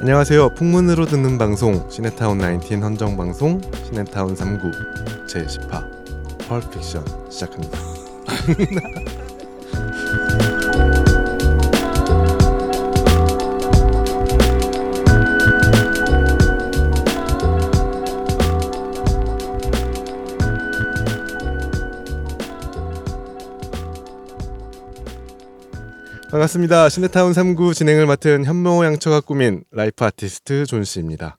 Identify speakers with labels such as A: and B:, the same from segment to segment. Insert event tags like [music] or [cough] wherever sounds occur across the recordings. A: 안녕하세요. 풍문으로 듣는 방송 시네타운 19 헌정 방송 시네타운 3구 제 10화 펄픽션 시작합니다. 반갑습니다. 시네타운 3구 진행을 맡은 현모양처가 꾸민 라이프 아티스트 존 씨입니다.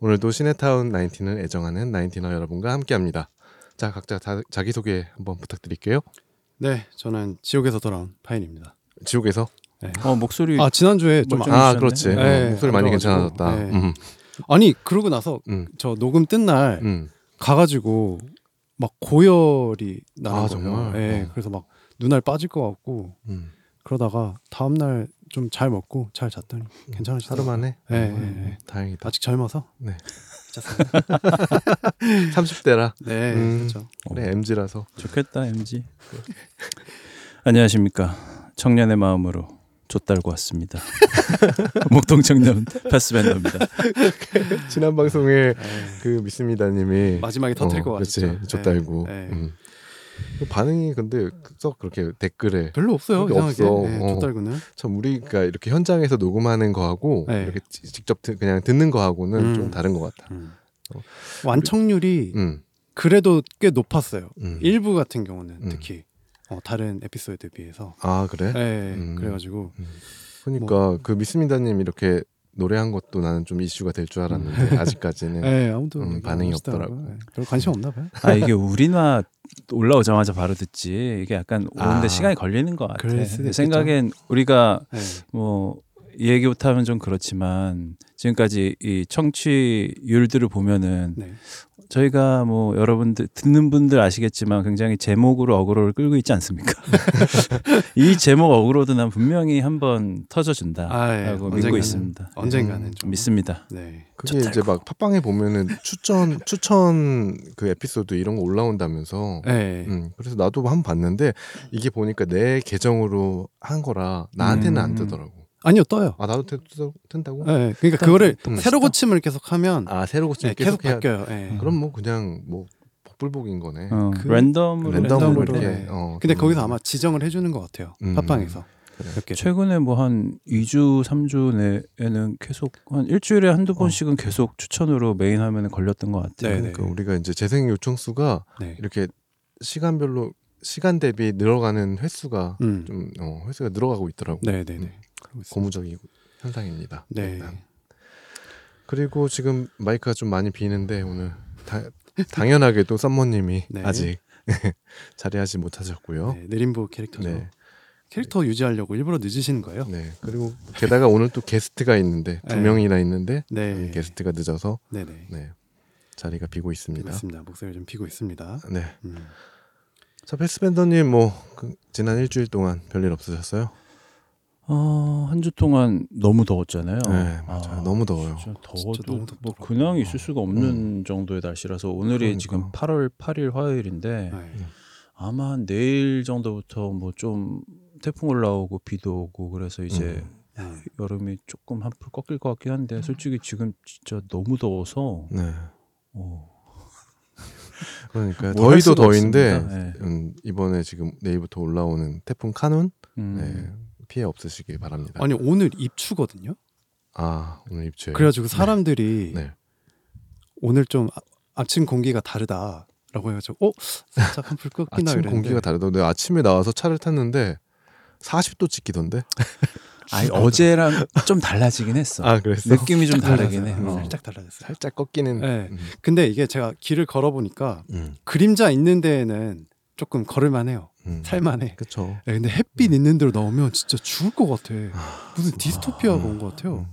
A: 오늘도 시네타운 19을 애정하는 19어 여러분과 함께합니다. 자, 각자 다, 자기소개 한번 부탁드릴게요.
B: 네, 저는 지옥에서 돌아온 파인입니다.
A: 지옥에서?
C: 어 목소리
B: 아 지난주에 좀
C: 멀쩡-
B: 아,
A: 아,
C: 괜찮네.
A: 그렇지.
B: 네,
A: 어, 목소리 많이
B: 그래가지고,
A: 괜찮아졌다.
B: 네.
A: 음,
B: 아니 그러고 나서
A: 음,
B: 저 녹음 뜬 날
A: 음.
B: 가가지고 막 고열이 나는
A: 아,
B: 거예요.
A: 정말?
B: 예,
A: 어.
B: 그래서 막 눈알 빠질 것 같고
A: 음.
B: 그러다가 다음 날 좀 잘 먹고 잘 잤더니 괜찮아지더라고요.
A: 하루만에?
B: 예, 예, 예.
A: 다행이다.
B: 아직 젊어서.
A: 네.
B: 괜찮습니다.
A: [laughs] 30대라.
B: 네,
A: 음.
B: 그렇죠.
A: 그래, MG라서.
C: 좋겠다 MG. 안녕하십니까 청년의 마음으로 좆달고 왔습니다. [laughs] 목동 청년 패스밴더입니다.
A: 지난 방송에
B: 예.
A: 그 미스미다님이 어,
B: 마지막에 터트릴 것 같죠.
A: 그렇지. 좆달고.
B: 예, 예.
A: 음. 그 반응이 근데 썩 그렇게 댓글에
B: 별로 없어요.
A: 그게
B: 이상하게.
A: 없어.
B: 예,
A: 어.
B: 좆달구는.
A: 참 우리가 이렇게 현장에서 녹음하는 거하고
B: 네.
A: 이렇게 지- 직접 드- 그냥 듣는 거하고는
B: 음.
A: 좀 다른 것 같아.
B: 완청률이
A: 음,
B: 그래도 꽤 높았어요.
A: 음.
B: 일부 같은 경우는
A: 음.
B: 특히 어, 다른 에피소드에 비해서
A: 아 그래?
B: 예, 예,
A: 음.
B: 그래가지고
A: 그러니까
B: 뭐.
A: 그 미스미다님 이렇게 노래한 것도 나는 좀 이슈가 될 줄 알았는데
B: [laughs]
A: 아직까지는
B: 예, 아무도
A: 음,
B: 얘기 안
A: 반응이
B: 하시더라고요.
A: 없더라고.
B: 예, 별 관심 없나 봐요.
C: 아 이게 우리나 올라오자마자 바로 듣지 이게 약간 오는데
A: 아.
C: 시간이 걸리는 것 같아.
B: 그럴 수도
C: 내 생각엔 우리가
B: 예.
C: 뭐 이 얘기 못하면 좀 그렇지만 지금까지 이 청취율들을 보면은
B: 네.
C: 저희가 뭐 여러분들 듣는 분들 아시겠지만 굉장히 제목으로 어그로를 끌고 있지 않습니까? [laughs] 이 제목 어그로도 난 분명히 한번 터져준다라고
B: 아, 예.
C: 믿고
B: 언젠가는-
C: 있습니다.
B: 언젠가는
A: 음,
B: 좀
C: 믿습니다.
B: 네.
A: 그게 이제 막 팟빵에 보면은 추천 추천 그 에피소드 이런 거 올라온다면서.
B: 예.
A: 음, 그래서 나도 한 번 봤는데 이게 보니까 내 계정으로 한 거라 나한테는 안
C: 음.
A: 뜨더라고.
B: 아니요 떠요.
A: 아 나도 뜬- 뜬다고?
B: 예, 예. 그러니까 그거를
A: 음.
B: 새로 고침을 계속 하면
A: 아 새로 고침
B: 예, 계속,
A: 계속 해야.
B: 바뀌어요. 예.
C: 음.
A: 그럼 뭐 그냥 뭐 복불복인 거네.
C: 어,
B: 그-
C: 랜덤으로,
A: 랜덤으로
B: 랜덤으로,
A: 이렇게.
B: 네.
A: 어,
B: 근데
A: 음.
B: 거기서 아마 지정을 해주는 것 같아요.
A: 음.
B: 팟빵에서 몇 개.
C: 최근에 뭐 한 2주, 3주 내에는 계속 한 일주일에
A: 어.
C: 한두 번씩은 계속 추천으로 메인 화면에 걸렸던 것 같아요.
B: 네, 네.
A: 그러니까 우리가 이제 재생 요청 수가
B: 네.
A: 이렇게 시간별로 시간 대비 늘어가는 횟수가
B: 음.
A: 좀 음, 어, 횟수가 늘어가고 있더라고. 요
B: 네, 네, 네. 그러고 있습니다.
A: 고무적인 현상입니다.
B: 네.
A: 일단. 그리고 지금 마이크가 좀 많이 비는데 오늘 다- 당연하게도 썸머님이
B: 네.
A: 아직 [laughs] 자리하지 못하셨고요.
B: 네, 느림보 캐릭터죠.
A: 네.
B: 캐릭터 유지하려고 일부러 늦으시는 거예요?
A: 네. 그리고 게다가 오늘 또 게스트가 있는데 두
B: 네.
A: 명이나 있는데 음,
B: 네.
A: 게스트가 늦어서
B: 네네.
A: 네. 자리가 비고 있습니다.
B: 맞습니다. 목소리 좀 피고 있습니다.
A: 네.
B: 음.
A: 자 패스밴더님 뭐 그, 지난 일주일 동안 별일 없으셨어요?
C: 어, 한 주 동안 너무 더웠잖아요.
A: 네 맞아요.
C: 아,
A: 너무 더워요. 어.
C: 진짜 더워도
B: 진짜 너무
C: 뭐
B: 덥더라고요.
C: 근황이 있을 수가 없는 정도의 날씨라서 오늘이
A: 그러니까.
C: 지금 8월 8일 화요일인데
B: 네.
A: 음.
C: 아마 한 내일 정도부터 뭐 좀 태풍 올라오고 비도 오고 그래서 이제
B: 음.
C: 여름이 조금 한풀 꺾일 것 같긴 한데 솔직히 지금 진짜 너무 더워서
A: 네
C: 어, 뭐
A: 그러니까 더위도
C: 뭘할 수가
A: 더위인데
C: 없습니다. 네.
A: 음, 이번에 지금 내일부터 올라오는 태풍 카눈
C: 음.
A: 네, 피해 없으시길 바랍니다.
B: 아니 오늘 입추거든요.
A: 아 오늘 입주에
B: 그래가지고 사람들이
A: 네.
B: 오늘 좀 아, 아침 공기가 다르다라고 해가지고 어 살짝 한풀 꺾이나
A: 아침
B: 이랬는데
A: 공기가 다르다. 내가 아침에 나와서 차를 탔는데 40도 찍히던데.
C: 아니 어제랑 좀 달라지긴 했어.
A: 아 그랬어.
C: 느낌이 좀 다르긴 해.
B: 달라졌어요. 네,
C: 어.
B: 살짝 달라졌어요.
A: 살짝 꺾이는.
B: 네.
A: 음,
B: 근데 이게 제가 길을 걸어보니까
A: 음,
B: 그림자 있는 데에는 조금 걸을만해요.
A: 음.
B: 살만해.
A: 그쵸.
B: 네, 근데 햇빛 있는 데로 나오면 진짜 죽을 것 같아. 무슨 디스토피아가 온 것 같아요.
A: 음.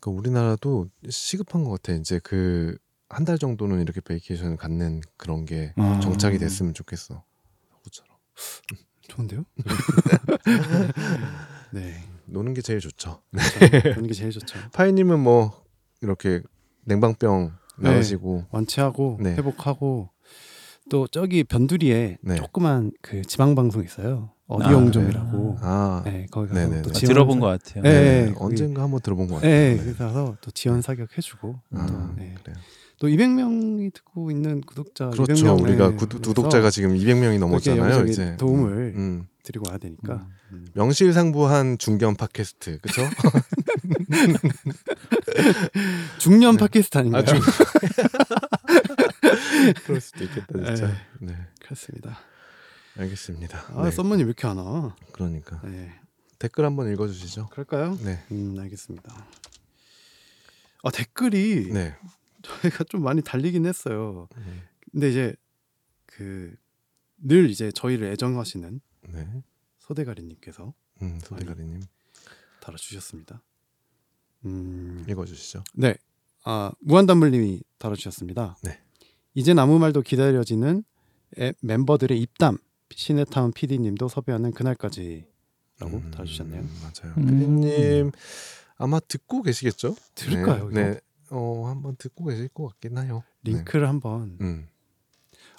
A: 그 우리나라도 시급한 것 같아. 이제 그 한 달 정도는 이렇게 베이케이션을 갖는 그런 게
B: 음.
C: 아.
A: 정착이 됐으면 좋겠어. 그처럼 [laughs]
B: 좋은데요? 네.
A: 노는 게 제일 좋죠.
B: 그런 게 제일 좋죠.
A: 파이님은 뭐 이렇게 냉방병
B: 네.
A: 나으시고
B: 완치하고
A: 네.
B: 회복하고 또 저기 변두리에
A: 네.
B: 조그만 그 지방 방송 있어요. 어디영종이라고.
A: 아,
B: 네, 거기 가서
A: 네네네. 아,
B: 또
C: 아,
B: 지원
C: 들어본
B: 사-
C: 것 같아요.
B: 네.
A: 네,
B: 거기-
A: 언젠가 한번 들어본 것 같아요.
B: 네,
A: 네.
B: 그래서 또 지원 사격 해주고
A: 아,
B: 또, 네.
A: 그래요.
B: 또 200명이 듣고 있는 구독자
A: 그렇죠.
B: 200명,
A: 우리가
B: 네,
A: 구,
B: 그래서
A: 구독자가 지금 200명이 넘었잖아요.
B: 영상에
A: 이제
B: 도움을
A: 음.
B: 드리고 와야 되니까
A: 명실상부한 중견 팟캐스트,
B: [laughs]
A: 그렇죠?
B: 중년
A: 네.
B: 팟캐스트
A: 아,
B: 아닌가요? [laughs]
A: 중- 그럴 수도 있겠다, 진짜. 네,
B: 그렇습니다.
A: 알겠습니다.
B: 아
A: 네,
B: 썸머님 왜 이렇게 안 와?
A: 그러니까
B: 네,
A: 댓글 한번 읽어주시죠.
B: 그럴까요?
A: 네,
B: 음, 알겠습니다. 아 댓글이
A: 네,
B: 저희가 좀 많이 달리긴 했어요.
A: 음,
B: 근데 이제 그 늘 이제 저희를 애정하시는
A: 네,
B: 소대가리님께서
A: 음, 소대가리님
B: 달아주셨습니다. 음,
A: 읽어주시죠.
B: 네. 아, 무한담물님이 다뤄주셨습니다.
A: 네.
B: 이젠 아무 말도 기다려지는 앱 멤버들의 입담. 시네타운 PD님도 섭외하는 그날까지라고
A: 음,
B: 다뤄주셨네요.
A: 맞아요.
C: 음.
A: 피디님 아마 듣고 계시겠죠?
B: 들을까요?
A: 네,
B: 이거?
A: 네. 어, 한번 듣고 계실 것 같긴 해요.
B: 링크를 한번
A: 네. 음.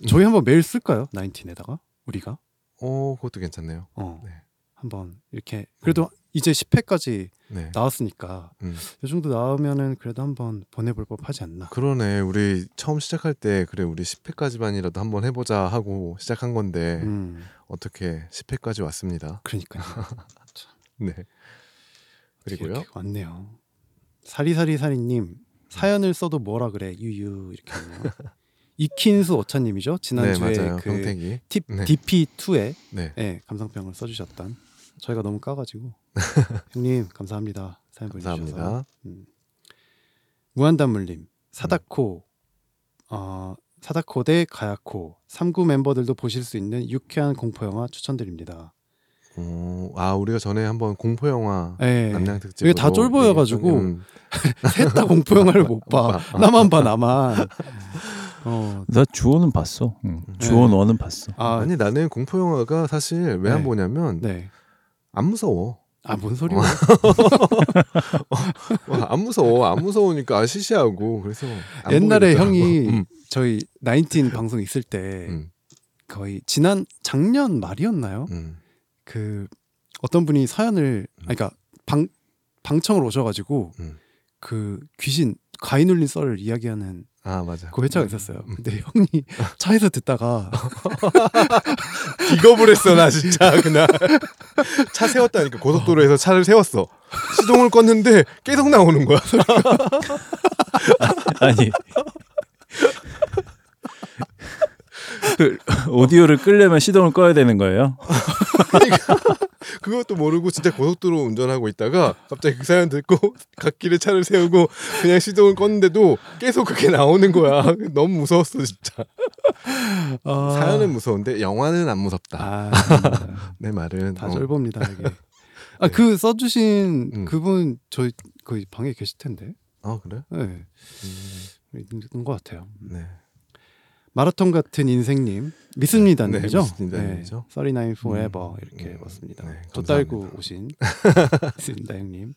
B: 저희 한번 메일 쓸까요? 나인틴에다가 우리가
A: 어, 그것도 괜찮네요.
B: 어,
A: 네. 음.
B: 한번 이렇게 그래도 이제 10회까지
A: 네.
B: 나왔으니까
A: 음.
B: 이 정도 나오면은 그래도 한번 보내볼 법하지 않나.
A: 그러네. 우리 처음 시작할 때 그래 우리 10회까지만이라도 한번 해보자 하고 시작한 건데
B: 음,
A: 어떻게 10회까지 왔습니다. [laughs]
B: 그러니까요.
A: 네.
B: 어떻게
A: 그리고요. 음.
B: 이렇게 왔네요. 사리사리사리님 사연을 써도 뭐라 그래 유유 이렇게 하네요. [laughs] 이킨수 어차님이죠
A: 네
B: 지난주에
A: 맞아요.
B: 그
A: 평택이.
B: 팁
A: 네.
B: DP2에 예,
A: 네.
B: 감상평을 써주셨던 저희가 너무 까가지고
A: [laughs]
B: 형님 감사합니다 사연 보내주셔서
A: 감사합니다.
B: 무한단물님 사다코 어, 사다코 대 가야코 3구 멤버들도 보실 수 있는 유쾌한 공포 영화 추천드립니다.
A: 어, 아 우리가 전에 한번 공포 영화
B: 예.
A: 남양 특집
B: 이게 다 쫄보여가지고
A: 음.
B: 셋다
A: [laughs]
B: 공포 영화를 못 봐.
A: 못 봐.
B: 나만
A: [laughs]
B: 봐 나만. 어,
C: 나 주원은 봤어. 응.
A: 음.
C: 주원
A: 네.
C: 원은 봤어.
B: 아,
A: 아니 나는 공포 영화가 사실 왜 안
B: 네.
A: 보냐면
B: 네.
A: 안 무서워.
B: 아, 뭔 소리야?
A: 뭐. 와, 안 무서워. 안 무서우니까 아, 시시하고 그래서 안
B: 옛날에
A: 보게 되더라고요. [laughs]
B: 형이
A: 음,
B: [laughs] 저희 나인틴 방송 있을 때
A: 음,
B: 거의 지난 작년 말이었나요?
A: 음.
B: 그 어떤 분이 사연을 아 그러니까 방 방청을 오셔가지고
A: 음.
B: 그 귀신 가위 눌린 썰을 이야기하는
A: 아 맞아.
B: 그 회차가 있었어요.
A: 음.
B: 근데 형이
A: [laughs]
B: 차에서 듣다가
A: 기겁을 했어 나 진짜 그날 차 세웠다니까 고속도로에서 차를 세웠어 시동을 껐는데 계속 나오는 거야
C: 아니 그 오디오를 끌려면 시동을 꺼야 되는 거예요.
A: 그러니까 그것도 모르고 진짜 고속도로 운전하고 있다가 갑자기 그 사연 듣고 [laughs] 갓길에 차를 세우고 그냥 시동을 껐는데도 계속 그게 나오는 거야 너무 무서웠어 진짜
B: 아,
A: 사연은 무서운데 영화는 안 무섭다
B: 아,
A: 내 말은
B: 다
A: 어, 네.
B: 절봅니다 이게.
A: [laughs]
B: 아 그 써주신
A: 음.
B: 그분 저희 거의 방에 계실 텐데.
A: 아 그래
B: 네,
A: 음,
B: 있는 것 같아요.
A: 네
B: 마라톤 같은 인생님 믿습니다님이죠.
A: 네, 믿습니다님이죠.
B: 39 forever 이렇게
A: 음,
B: 봤습니다.
A: 네,
B: 또 달고
A: 감사합니다.
B: 오신
A: [laughs]
B: 믿습니다 형님.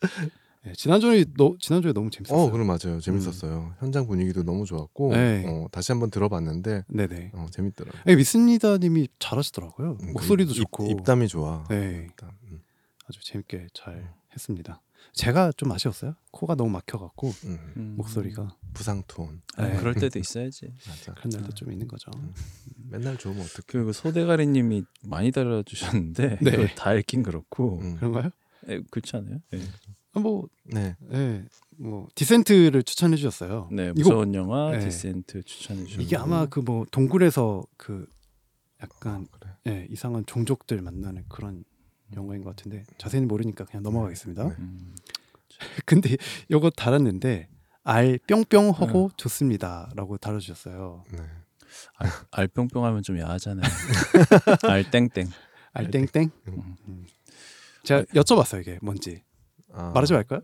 B: 네, 지난주에 너, 지난주에 너무 재밌었어요. 음.
A: 어 그럼 맞아요 재밌었어요 현장 분위기도 너무 좋았고
B: 네.
A: 어, 다시 한번 들어봤는데
B: 네네.
A: 어, 재밌더라고
B: 네, 믿습니다님이 잘하시더라고요.
A: 음,
B: 목소리도
A: 그 입-
B: 좋고
A: 입담이 좋아.
B: 네,
A: 일단, 음,
B: 아주 재밌게 잘 했습니다. 제가 좀 아쉬웠어요. 코가 너무 막혀갖고
A: 음.
B: 목소리가
A: 부상 톤
C: 아,
B: 네.
C: 그럴
B: [laughs]
C: 때도 있어야지.
A: 맞아.
B: 그런 날도 좀 있는 거죠.
A: 맨날 좋으면 어떡해.
C: 그리고 소대가리님이 많이 달아주셨는데
B: 네.
C: 이걸 다 읽긴 그렇고
A: 음.
B: 그런가요?
C: 에, 그렇지 않아요? 네,
B: 아, 뭐,
A: 네.
B: 예, 뭐 디센트를 추천해 주셨어요.
C: 네,
B: 이거
C: 무서운 영화
B: 네.
C: 디센트 추천해 주셨고
B: 이게 아마 그 뭐 동굴에서 그 약간
A: 음, 그래.
B: 예, 이상한 종족들 만나는 그런 영화인 것 같은데 자세히 모르니까 그냥 넘어가겠습니다.
A: 네.
C: 음.
B: [laughs] 근데 요거 달았는데 알 뿅뿅 하고 좋습니다라고 달아주셨어요.
A: 네.
C: 알, 알뿅뿅하면 좀 야하잖아요.
B: [laughs]
C: 알땡땡.
B: 알 땡땡.
A: 음.
B: 음. 제가 여쭤봤어요 이게 뭔지
A: 아,
B: 말하지 말까요?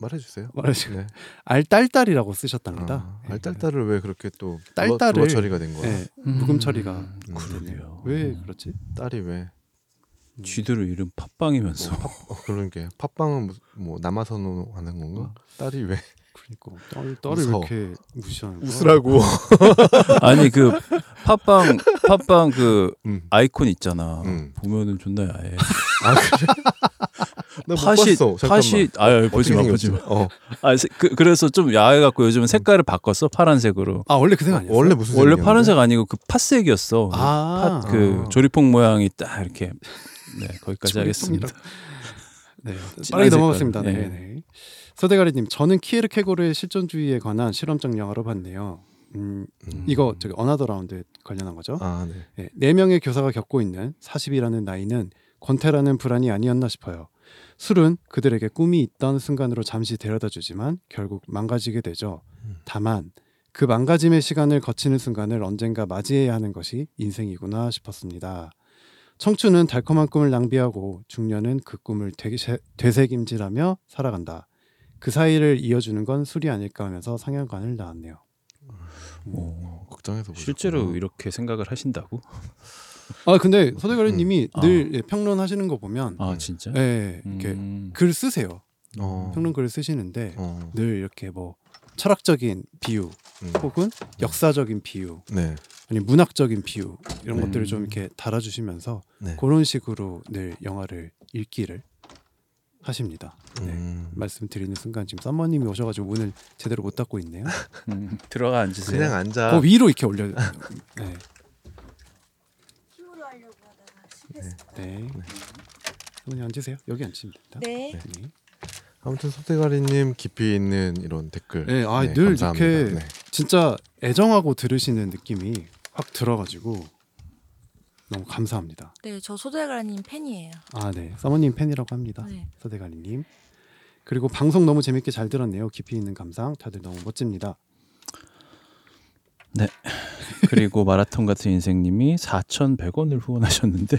A: 말해 주세요.
B: 말하지
A: 네.
B: 알 딸딸이라고 쓰셨답니다.
A: 아,
B: 예.
A: 알딸딸을 왜 그렇게 또
B: 딸딸을-
A: 딸딸을 불러, 처리가 된 거야?
B: 예, 묵음 처리가
C: 그러게요.
B: 왜 그렇지?
A: 딸이 왜?
C: 쥐들 이름 팟빵이면서
A: 어, 그런 게 팟빵은 무슨- 뭐 남아선호 하는 건가? 딸이 왜?
B: 그러니까 딸, 딸을
A: 무서워.
B: 왜 이렇게 무시하는 거야?
A: 웃으라고.
C: 아니 그 팟빵 팟빵 그
A: 음.
C: 아이콘 있잖아.
A: 음.
C: 보면은 존나 야해.
A: 아 그래? 나못
C: 팥이
A: 봤어. 잠깐만.
C: 팥이 아 보지 마
A: 어떻게
C: 보지 마.
A: 생겼지? 어.
C: 아 그, 그래서 좀 야해 갖고 요즘은 색깔을 바꿨어 파란색으로.
B: 아 원래 그 생각 아니었어?
A: 원래 무슨
C: 원래
A: 색이었는데?
C: 파란색 아니고 그 팥색이었어.
B: 아,
C: 팥 그
A: 아.
C: 조리폭 모양이 딱 이렇게 네 거기까지 하겠습니다.
B: [laughs] 네,
C: 진한
B: 빠르게 넘어갔습니다.
C: 색깔.
B: 네. 네. 서대가리님, 저는 키에르 케고르의 실존주의에 관한 실험적 영화로 봤네요. 음,
A: 음.
B: 이거 저기 어나더 라운드 관련한 거죠.
A: 아 네.
B: 네, 네 명의 교사가 겪고 있는 40이라는 나이는 권태라는 불안이 아니었나 싶어요. 술은 그들에게 꿈이 있던 순간으로 잠시 데려다 주지만 결국 망가지게 되죠.
A: 음.
B: 다만 그 망가짐의 시간을 거치는 순간을 언젠가 맞이해야 하는 것이 인생이구나 싶었습니다. 청춘은 달콤한 꿈을 낭비하고 중년은 그 꿈을 되새- 되새김질하며 살아간다. 그 사이를 이어주는 건 술이 아닐까 하면서 상향관을 나왔네요.
C: 오,
A: 어, 걱정해서 보셨구나. 어.
C: 실제로 이렇게 생각을 하신다고?
B: 아 근데 서대가리님이
C: 아.
B: 늘 예, 평론하시는 거 보면
A: 음.
C: 아 진짜?
A: 네.
B: 예, 이렇게
C: 음.
B: 글 쓰세요.
A: 어.
B: 평론 글을 쓰시는데
A: 어.
B: 늘 이렇게 뭐 철학적인 비유
A: 음.
B: 혹은 역사적인 비유
A: 네.
B: 아니 문학적인 비유 이런
A: 네.
B: 것들을 좀 이렇게 달아주시면서
A: 네.
B: 그런 식으로 늘 영화를 읽기를 하십니다. 네.
A: 음.
B: 말씀드리는 순간 지금 썸머님이 오셔가지고 문을 제대로 못 닫고 있네요.
C: 음, [laughs] 들어가 앉으세요.
A: 그냥 앉아.
B: 그 위로
A: [laughs]
B: 이렇게 올려. 네.
D: 큐로 하려고 하다가 실패했습니다.
B: 네. 어머니 앉으세요. 여기 앉으면 됩니다.
D: 네.
B: 네.
A: 아무튼 소대가리님 깊이 있는 이런 댓글.
B: 네, 아,
A: 네,
B: 늘
A: 감사합니다.
B: 이렇게
A: 네.
B: 진짜 애정하고 들으시는 느낌이 확 들어가지고 너무 감사합니다.
D: 네, 저 소대가라님 팬이에요.
B: 아, 네. 사모님 팬이라고 합니다.
D: 네.
B: 서대가리님. 그리고 방송 너무 재밌게 잘 들었네요. 깊이 있는 감상. 다들 너무 멋집니다.
C: 그리고 마라톤 같은 인생님이 4,100원을 후원하셨는데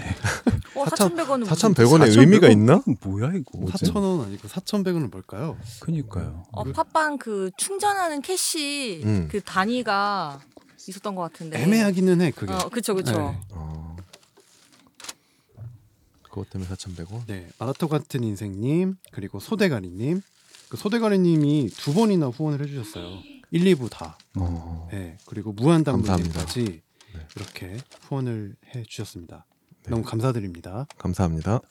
D: 어,
A: 사천-
D: 4,100원은
A: 4,100원의 의미가 있나?
C: 뭐야 이거?
B: 4,000원 아니고 4,100원은 뭘까요?
C: 그니까요.
D: 어, 팟빵 그 충전하는 캐시
A: 음.
D: 그 단위가 있었던 것 같은데.
B: 애매하기는 해, 그게.
D: 어, 네. 그쵸, 그쵸.
B: 네.
A: 어. 그것 때문에 4,100원.
B: 네. 마라토 같은 인생님, 그리고 소대가리님. 그 소대가리님이 두 번이나 후원을 해주셨어요. 1, 2부 다.
A: 어.
B: 네, 그리고 무한담무님까지
A: 네.
B: 이렇게 후원을 해 주셨습니다.
A: 네.
B: 너무 감사드립니다.
A: 감사합니다.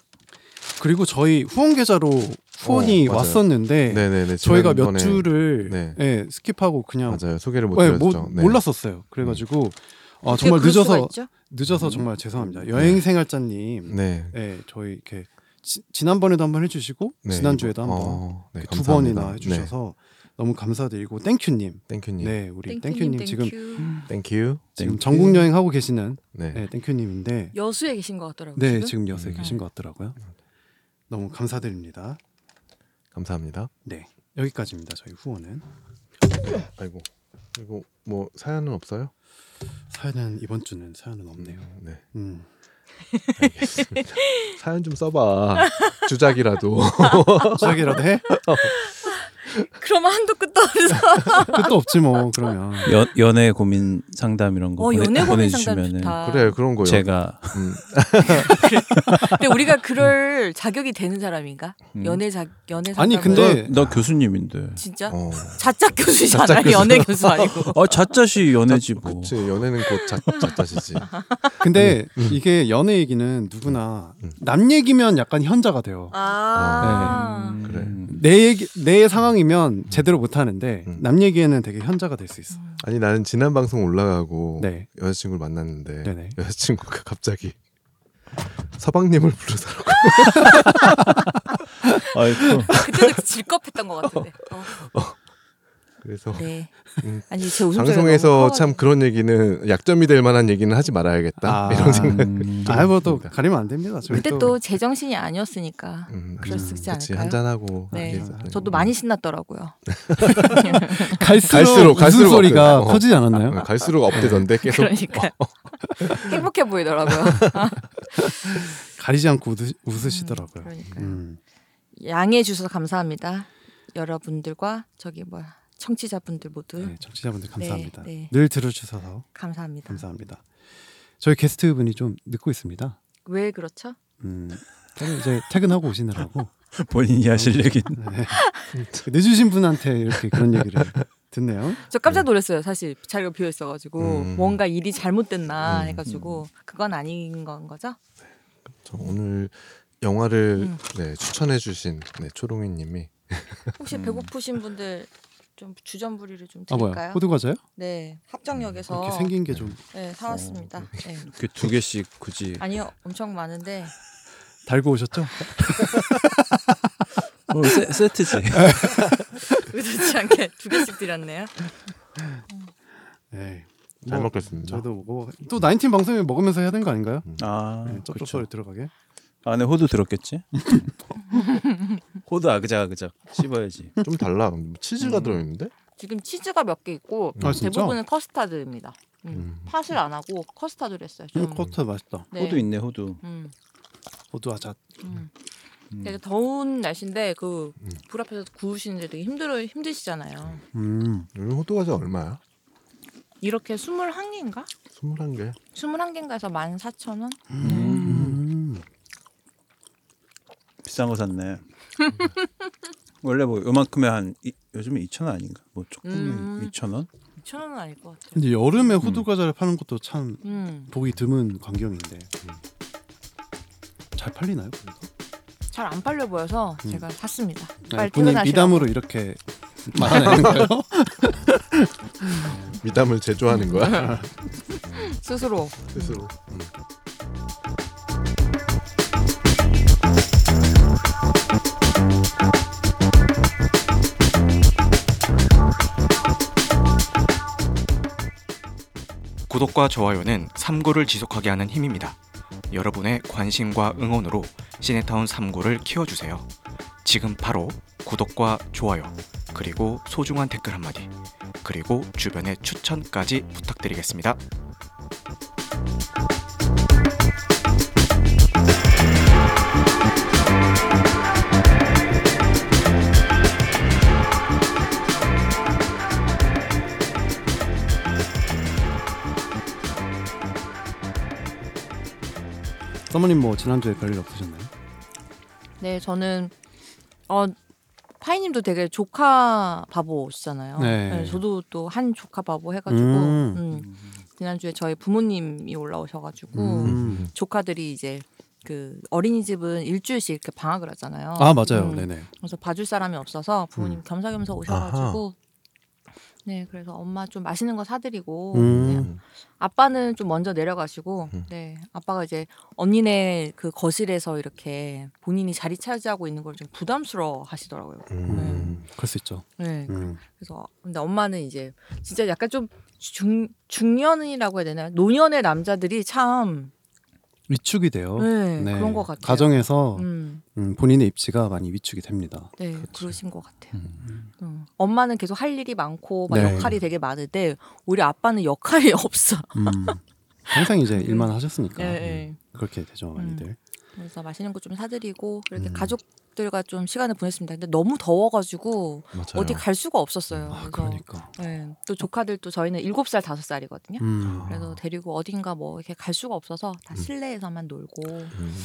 B: 그리고 저희 후원 계좌로 후원이
A: 어, 맞아요.
B: 왔었는데
A: 네, 네, 네.
B: 저희가 몇
A: 지난번에-
B: 주를
A: 네.
B: 예, 스킵하고 그냥
A: 맞아요. 소개를 못
B: 예,
A: 드렸죠.
B: 모-
A: 네. 음.
B: 몰랐었어요. 그래가지고 아,
D: 어떻게
B: 정말
D: 그럴 수가
B: 늦어서
D: 있죠?
B: 늦어서 정말 죄송합니다. 여행 생활자님,
A: 네.
B: 예, 저희 이렇게 지, 지난번에도 한번 해주시고
A: 네.
B: 지난주에도
A: 어,
B: 한번
A: 네,
B: 이렇게 두
A: 감사합니다.
B: 번이나 해주셔서 너무 감사드리고 땡큐님,
A: 네. 땡큐님.
B: 네, 우리 땡큐님
D: 땡큐님, 땡큐.
B: 지금
A: 땡큐.
B: 지금 전국 여행 하고 계시는
A: 네.
B: 네, 땡큐님인데
D: 여수에 계신 것 같더라고요.
B: 네
D: 지금?
B: 지금 여수에
A: 음.
B: 계신 것 같더라고요. 너무 감사드립니다.
A: 감사합니다.
B: 네 여기까지입니다. 저희 후원은
A: 아이고. 이거 뭐 사연은 없어요?
B: 사연은 이번 주는 사연은 없네요.
A: 네.
B: 음.
A: 알겠습니다. [laughs] 사연 좀 써봐.
B: [laughs]
A: 주작이라도.
B: 시작이라도 음, 해?
D: 그러면 한도 끝도 없어.
B: [laughs] 끝도 없지 뭐 그러면.
C: 연, 연애 고민 상담 이런 거
D: 어,
C: 보내,
D: 연애 고민 상담
C: 보내주시면은
D: 좋다.
A: 그래 그런 거요.
C: 제가
A: 음,
D: 근데 우리가 그럴 자격이 되는 사람인가?
C: 음.
D: 연애 자 연애 상담.
B: 음. 아니, 근데-
C: [laughs]
B: 네.
C: 나 교수님인데.
D: 진짜
A: 어.
D: 자짜 교수잖아요.
A: 자짜 교수.
D: 연애
B: [laughs]
D: 교수 아니고.
C: 아 자짜시 연애지 뭐.
A: 그치 연애는 곧 자,
D: [laughs]
A: 자짜시지.
B: 근데 이게 연애 얘기는 누구나
A: 네. 음.
B: 남 얘기면 약간 현자가 돼요. 네.
D: 아.
C: 음,
A: 그래.
B: 내 얘기 내 상황이면 제대로 못 하는데
A: 음.
B: 남 얘기에는 되게 현자가 될 수 있어.
D: 음.
A: 아니 나는 지난 방송 올라가고
B: 네.
A: 여자친구를 만났는데
B: 네네.
A: 여자친구가 갑자기 서방님을
D: [laughs]
A: 부르더라고.
C: 아이고.
D: 그때도 [laughs] 질겁했던 것 같은데. 어.
A: 그래서
D: 네.
A: 음.
D: 아니 제 웃음소리가
A: 방송에서
D: 너무 커가지고.
A: 참 그런 얘기는 약점이 될 만한 얘기는 하지 말아야겠다
B: 아.
A: 이런 생각.
C: 음,
B: 아이 뭐또
A: 그렇습니다.
B: 가리면 안 됩니다. 저희
D: 그때 또 제정신이 아니었으니까.
A: 음,
D: 그럴 수
A: 그치,
D: 있지 않을까요?
A: 한잔하고
D: 네.
A: 이렇게 해서.
D: 저도 많이 신났더라고요.
A: 갈수록,
B: 갈수록
A: 갈수록
B: 갈수록 소리가
A: 어때요? 어.
B: 커지지 않았나요?
A: 어, 갈수록
D: [laughs]
A: 업되던데 [laughs] 계속
D: 그러니까 [laughs] 행복해
A: [laughs]
D: 보이더라고요.
B: 가리지 않고 웃으, 웃으시더라고요.
D: 그러니까
B: 음.
D: 양해해 주셔서 감사합니다. 여러분들과 저기 뭐야 청취자분들 모두
B: 네, 청취자분들 감사합니다.
D: 네, 네.
B: 늘 들어주셔서
D: 감사합니다.
B: 감사합니다. 저희 게스트 분이 좀 늦고 있습니다.
D: 왜 그렇죠?
B: 음, 저는 이제 퇴근하고 오시느라고
C: 본인이 하실
B: [laughs]
C: 얘기. 그렇죠.
B: 늦으신 분한테 이렇게 그런 얘기를 듣네요.
D: 저 깜짝 놀랐어요. 사실 자리가 비어 있어가지고
A: 음.
D: 뭔가 일이 잘못됐나
A: 음.
D: 해가지고 그건 아닌 건 거죠?
A: 저 오늘 영화를
D: 음.
A: 네, 추천해주신 네, 초롱이님이
D: 혹시 배고프신 분들 좀 주전부리를 좀
B: 음. 아
D: 드릴까요?
B: 뭐야? 호두 과자요?
D: 네,
B: 이렇게
D: 합정역에서
B: 생긴 어, 게 좀
D: 네, 사왔습니다. 네.
E: 이렇게 두 개씩 굳이
D: 아니요, 엄청 많은데 [laughs]
B: 달고 오셨죠?
C: 어, 세, 세트지.
D: 의도치 않게 두 개씩 드렸네요.
B: 네.
A: 잘
B: 뭐,
A: 먹겠습니다.
B: 저도 먹어. 또 나인틴 방송에 먹으면서 해야 되는 거 아닌가요?
C: 아,
B: 네, 쩝쩝
C: 그렇죠.
B: 소리 들어가게.
C: 안에 호두 들었겠지? 호두 아그작아그작 씹어야지.
A: 좀 달라. 뭐 치즈가
D: 음.
A: 들어있는데?
D: 지금 치즈가 몇 개 있고
B: 아, 진짜?
D: 대부분은 커스타드입니다. 음,
A: 음.
D: 팥을 안 하고 커스타드를 했어요. 좀.
B: 음, 커터 맛있다.
D: 네.
C: 호두 있네 호두.
D: 음,
B: 호두 과자.
D: 음.
C: 음.
D: 되게 더운 날씨인데 그 불 앞에서 구우시는데 되게 힘들어 힘드시잖아요.
B: 음.
A: 요즘 호두 과자 얼마야?
D: 이렇게 21개인가?
A: 21개.
D: 21개인가 해서 14,000원?
B: 음.
C: 비싼 거
D: [laughs]
C: 샀네. 원래 뭐 요만큼에 한 이, 요즘에 2천 원 아닌가? 뭐 조금
D: 음.
C: 2천 원?
D: 2,000원은 아닐 것 같아요.
B: 근데 여름에 호두
C: 음.
B: 과자를 파는 것도 참
D: 음,
B: 보기 드문 광경인데 잘 팔리나요?
D: 아, 잘 안 팔려 보여서 제가 샀습니다. 빨리
B: 음. 네, 본인
D: 퇴근하시라고.
B: 미담으로 이렇게 [laughs] 그러니까 말하는 거예요?
A: 미담을 제조하는
D: [laughs]
A: 거야?
D: 스스로.
A: 스스로.
E: 구독과 좋아요는 삼구를 지속하게 하는 힘입니다. 여러분의 관심과 응원으로 시네타운 삼구를 키워주세요. 지금 바로 구독과 좋아요 그리고 소중한 댓글 한마디 그리고 주변의 추천까지 부탁드리겠습니다.
B: 사모님 뭐 지난주에 별일 없으셨나요?
D: 네, 저는 어 파이님도 되게 조카 바보시잖아요.
B: 네.
D: 저도 또 한 조카 바보 해가지고
B: 음.
D: 음, 지난주에 저희 부모님이 올라오셔가지고
B: 음.
D: 조카들이 이제 그 어린이집은 일주일씩 이렇게 방학을 하잖아요.
B: 아 맞아요.
D: 음,
B: 네네. 음.
D: 그래서 봐줄 사람이 없어서 부모님 겸사겸사 오셔가지고 네 그래서 엄마 좀 맛있는 거 사드리고 네,
B: 음.
D: 아빠는 좀 먼저 내려가시고 네 아빠가 이제 언니네 그 거실에서 이렇게 본인이 자리 차지하고 있는 걸 좀 부담스러워 하시더라고요.
A: 음.
B: 그럴 수 있죠.
D: 네
B: 음.
D: 그래서 근데 엄마는 이제 진짜 약간 좀 중 중년이라고 해야 되나요? 노년의 남자들이 참
B: 위축이 돼요.
D: 네, 그런 것 같아요.
B: 어? 가정에서
D: 음,
B: 음, 본인의 입지가 많이 위축이 됩니다.
D: 네, 그러신것 같아요. 음. 엄마는 계속 할 일이 많고 막
B: 네.
D: 역할이 되게 많은데 오히려 아빠는 역할이 [laughs] 없어.
B: 음. 항상 이제 일만 하셨으니까
D: 음. 네, 네.
B: 음, 그렇게 되죠 많이들.
D: 그래서 맛있는 거 좀 사드리고 이렇게
B: 음.
D: 가족들과 좀 시간을 보냈습니다. 근데 너무 더워가지고
A: 맞아요.
D: 네.
A: 음,
D: 어디 갈 수가 없었어요.
B: 아
D: 그래서
B: 그러니까.
D: 네, 또 조카들 또 저희는 일곱 살 다섯 살이거든요.
B: 음.
A: 아.
D: 그래서 데리고 어딘가 뭐 이렇게 갈 수가 없어서
A: 음.
D: 다 실내에서만 놀고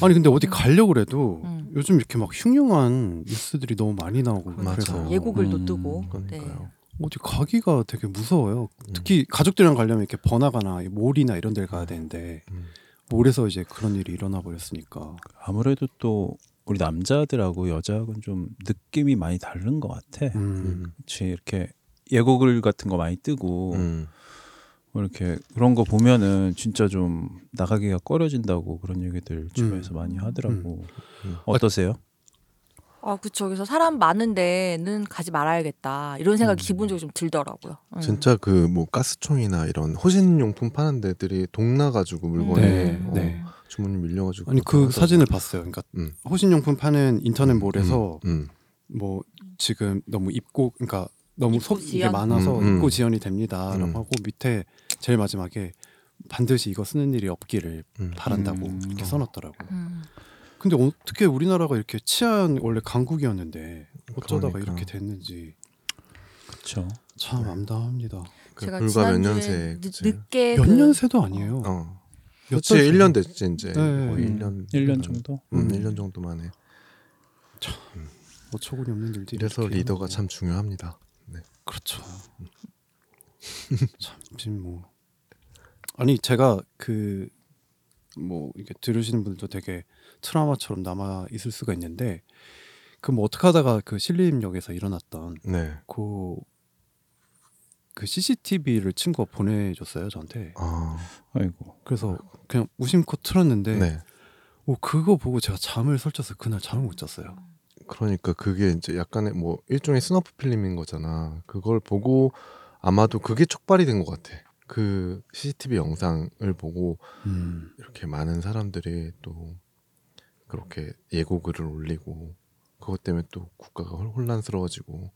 B: 아니 근데 어디 가려고 그래도
D: 음.
B: 요즘 이렇게 막 흉흉한 뉴스들이 너무 많이 나오고
A: 맞아.
B: 그래서
D: 예고글도
C: 음,
D: 뜨고
A: 어,
D: 네.
A: 그러니까요.
B: 어디 뭐 가기가 되게 무서워요. 특히 가족들이랑 가려면 이렇게 번화가나 몰이나 이런 데를 가야 되는데
A: 음. 음.
B: 몰에서 이제 그런 일이 일어나 버렸으니까
C: 아무래도 또 우리 남자들하고 여자하고는 좀 느낌이 많이 다른 것 같아.
B: 음.
A: 음.
C: 그치 이렇게 예고글 같은 거 많이 뜨고
A: 음.
C: 뭐 이렇게 그런 거 보면은 진짜 좀 나가기가 꺼려진다고 그런 얘기들 주변에서 많이 하더라고.
A: 음.
C: 어떠세요?
D: 아 그쵸 그래서 사람 많은 데는 가지 말아야겠다 이런 생각이 기본적으로 좀 들더라고요. 음.
A: 음. 진짜 그 뭐 가스총이나 이런 호신용품 파는 데들이 동나가지고 어. 물건에
B: 네,
D: 음.
B: 네.
A: 주문이 밀려가지고
B: 아니 그
A: 하더라고요.
B: 사진을 봤어요. 그러니까
A: 음.
B: 호신용품 파는 인터넷 몰에서
A: 음.
B: 뭐 지금 너무 입고 그러니까 너무
D: 입고
B: 속 이게
D: 지연?
B: 많아서
A: 음, 음.
B: 입고 지연이 됩니다라고
A: 음.
B: 하고 밑에 제일 마지막에 반드시 이거 쓰는 일이 없기를
A: 음.
B: 바란다고
C: 음.
B: 이렇게 써놨더라고.
D: 음.
B: 근데 어떻게 우리나라가 이렇게 치안 원래 강국이었는데 어쩌다가
A: 그러니까.
B: 이렇게 됐는지
C: 그렇죠.
B: 참 암담합니다.
A: 그
D: 제가
A: 불과 몇
D: 지난주에
A: 년새
D: 늦,
A: 그치?
D: 늦게
B: 몇
D: 그-
B: 년새도 아니에요.
A: 어.
B: 몇
A: 그치
B: 달 전에.
A: 1년 됐지 이제
B: 네.
A: 거의 1년
C: 1년 정도?
A: 음,
B: 음.
A: 1년 정도 만에
B: 어처구니 뭐 없는 일들이
A: 이래서
B: 이렇게
A: 리더가
B: 하고.
A: 참 중요합니다.
B: [laughs] 그렇죠. 참 지금 뭐 아니 제가 그 뭐 이게 들으시는 분들도 되게 트라우마처럼 남아 있을 수가 있는데 그 뭐 어떻게 하다가 그 신림역에서 일어났던
A: 네.
B: 그, 그 CCTV를 친구가 보내줬어요 저한테.
A: 아,
C: 아이고.
B: 그래서 그냥 무심코 틀었는데
A: 네.
B: 오 그거 보고 제가 잠을 설쳐서 그날 잠을 못 잤어요.
A: 그러니까 그게 이제 약간의 뭐 일종의 스너프 필름인 거잖아. 그걸 보고 아마도 그게 촉발이 된 것 같아. 그 CCTV 영상을 보고
B: 음.
A: 이렇게 많은 사람들이 또 그렇게 예고 글을 올리고 그것 때문에 또 국가가 혼- 혼란스러워지고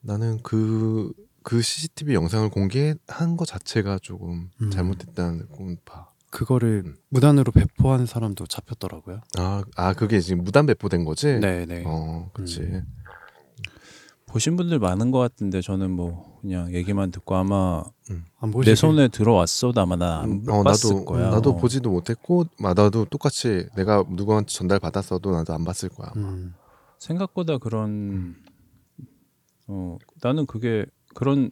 A: 나는 그, 그 CCTV 영상을 공개한 것 자체가 조금
B: 음.
A: 잘못됐다는 꼼파.
B: 그거를
A: 음.
B: 무단으로 배포하는 사람도 잡혔더라고요.
A: 아, 아 그게 지금 무단 배포된 거지?
B: 네, 네.
A: 어, 그치.
B: 음.
C: 보신 분들 많은 것 같은데 저는 뭐 그냥 얘기만 듣고 아마
B: 안 보시게
C: 내 손에 들어왔어도 아마 나안
A: 음, 어,
C: 봤을
A: 나도,
C: 거야.
A: 나도
C: 어.
A: 보지도 못했고, 아, 나도 똑같이 내가 누구한테 전달받았어도 나도 안 봤을 거야.
B: 음.
C: 생각보다 그런 어, 나는 그게 그런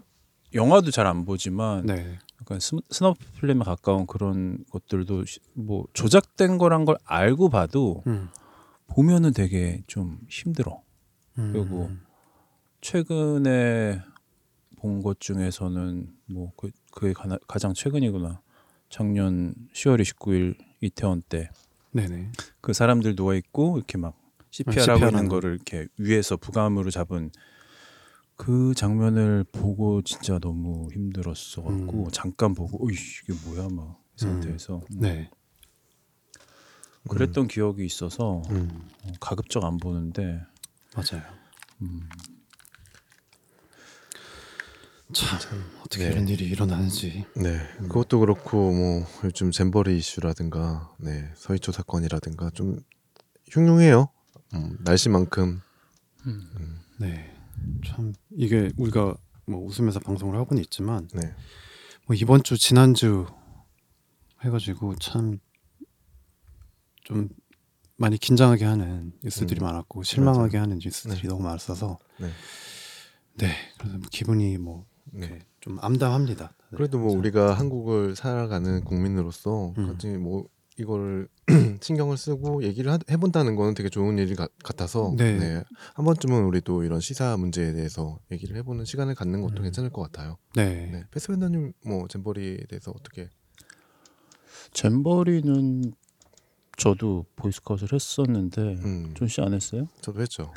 C: 영화도 잘 안 보지만
B: 네.
C: 약간 스, 스너프 필름에 가까운 그런 것들도 시- 뭐 조작된 거란 걸 알고 봐도
B: 음.
C: 보면은 되게 좀 힘들어.
B: 음.
C: 그리고 최근에 본 것 중에서는 뭐 그, 그게 가나- 가장 최근이구나. 작년 10월 29일 이태원 때 그
B: 네네.
C: 사람들 누워 있고 이렇게 막
B: CPR
C: 네, CPR하고
B: 하는
C: 있는 거를 이렇게 위에서 부감으로 잡은 그 장면을 보고 진짜 너무 힘들었어 갖고
B: 음.
C: 잠깐 보고 어이 이게 뭐야 막 이
B: 음.
C: 상태에서
B: 네.
C: 그랬던 기억이 있어서
B: 음.
C: 어, 가급적 안 보는데
B: 맞아요.
C: 음,
B: 참 어떻게
A: 네.
B: 이런 일이 일어나는지.
A: 네, 그것도 그렇고 뭐 요즘 잼버리 이슈라든가 네 서희초 사건이라든가 좀 흉흉해요. 음, 날씨만큼
B: 네. 참 이게 우리가 뭐 웃으면서 방송을 하고는 있지만
A: 네,
B: 뭐 이번 주 지난주 해가지고 참 좀 많이 긴장하게 하는 뉴스들이
A: 음,
B: 많았고 실망하게 하는 뉴스들이
A: 네.
B: 너무 많았어서
A: 네.
B: 네 그래서 뭐 기분이 뭐
A: 네.
B: 이렇게 좀 암담합니다. 네,
A: 그래도 뭐
B: 항상.
A: 우리가 한국을 살아가는 국민으로서
B: 음.
A: 같이 뭐 이걸 [clears throat] 신경을 쓰고 얘기를 하- 해본다는 거는 되게 좋은 일 같- 같아서
B: 네.
A: 네. 한 번쯤은 우리도 이런 시사 문제에 대해서 얘기를 해보는 시간을 갖는 것도
B: 음.
A: 괜찮을 것 같아요.
B: 네.
A: 네, 패스벤더님 뭐 잼버리에 대해서 어떻게?
C: 잼버리는 저도 보이스카웃을 했었는데
A: 음,
C: 존 씨 안 했어요?
A: 저도 했죠.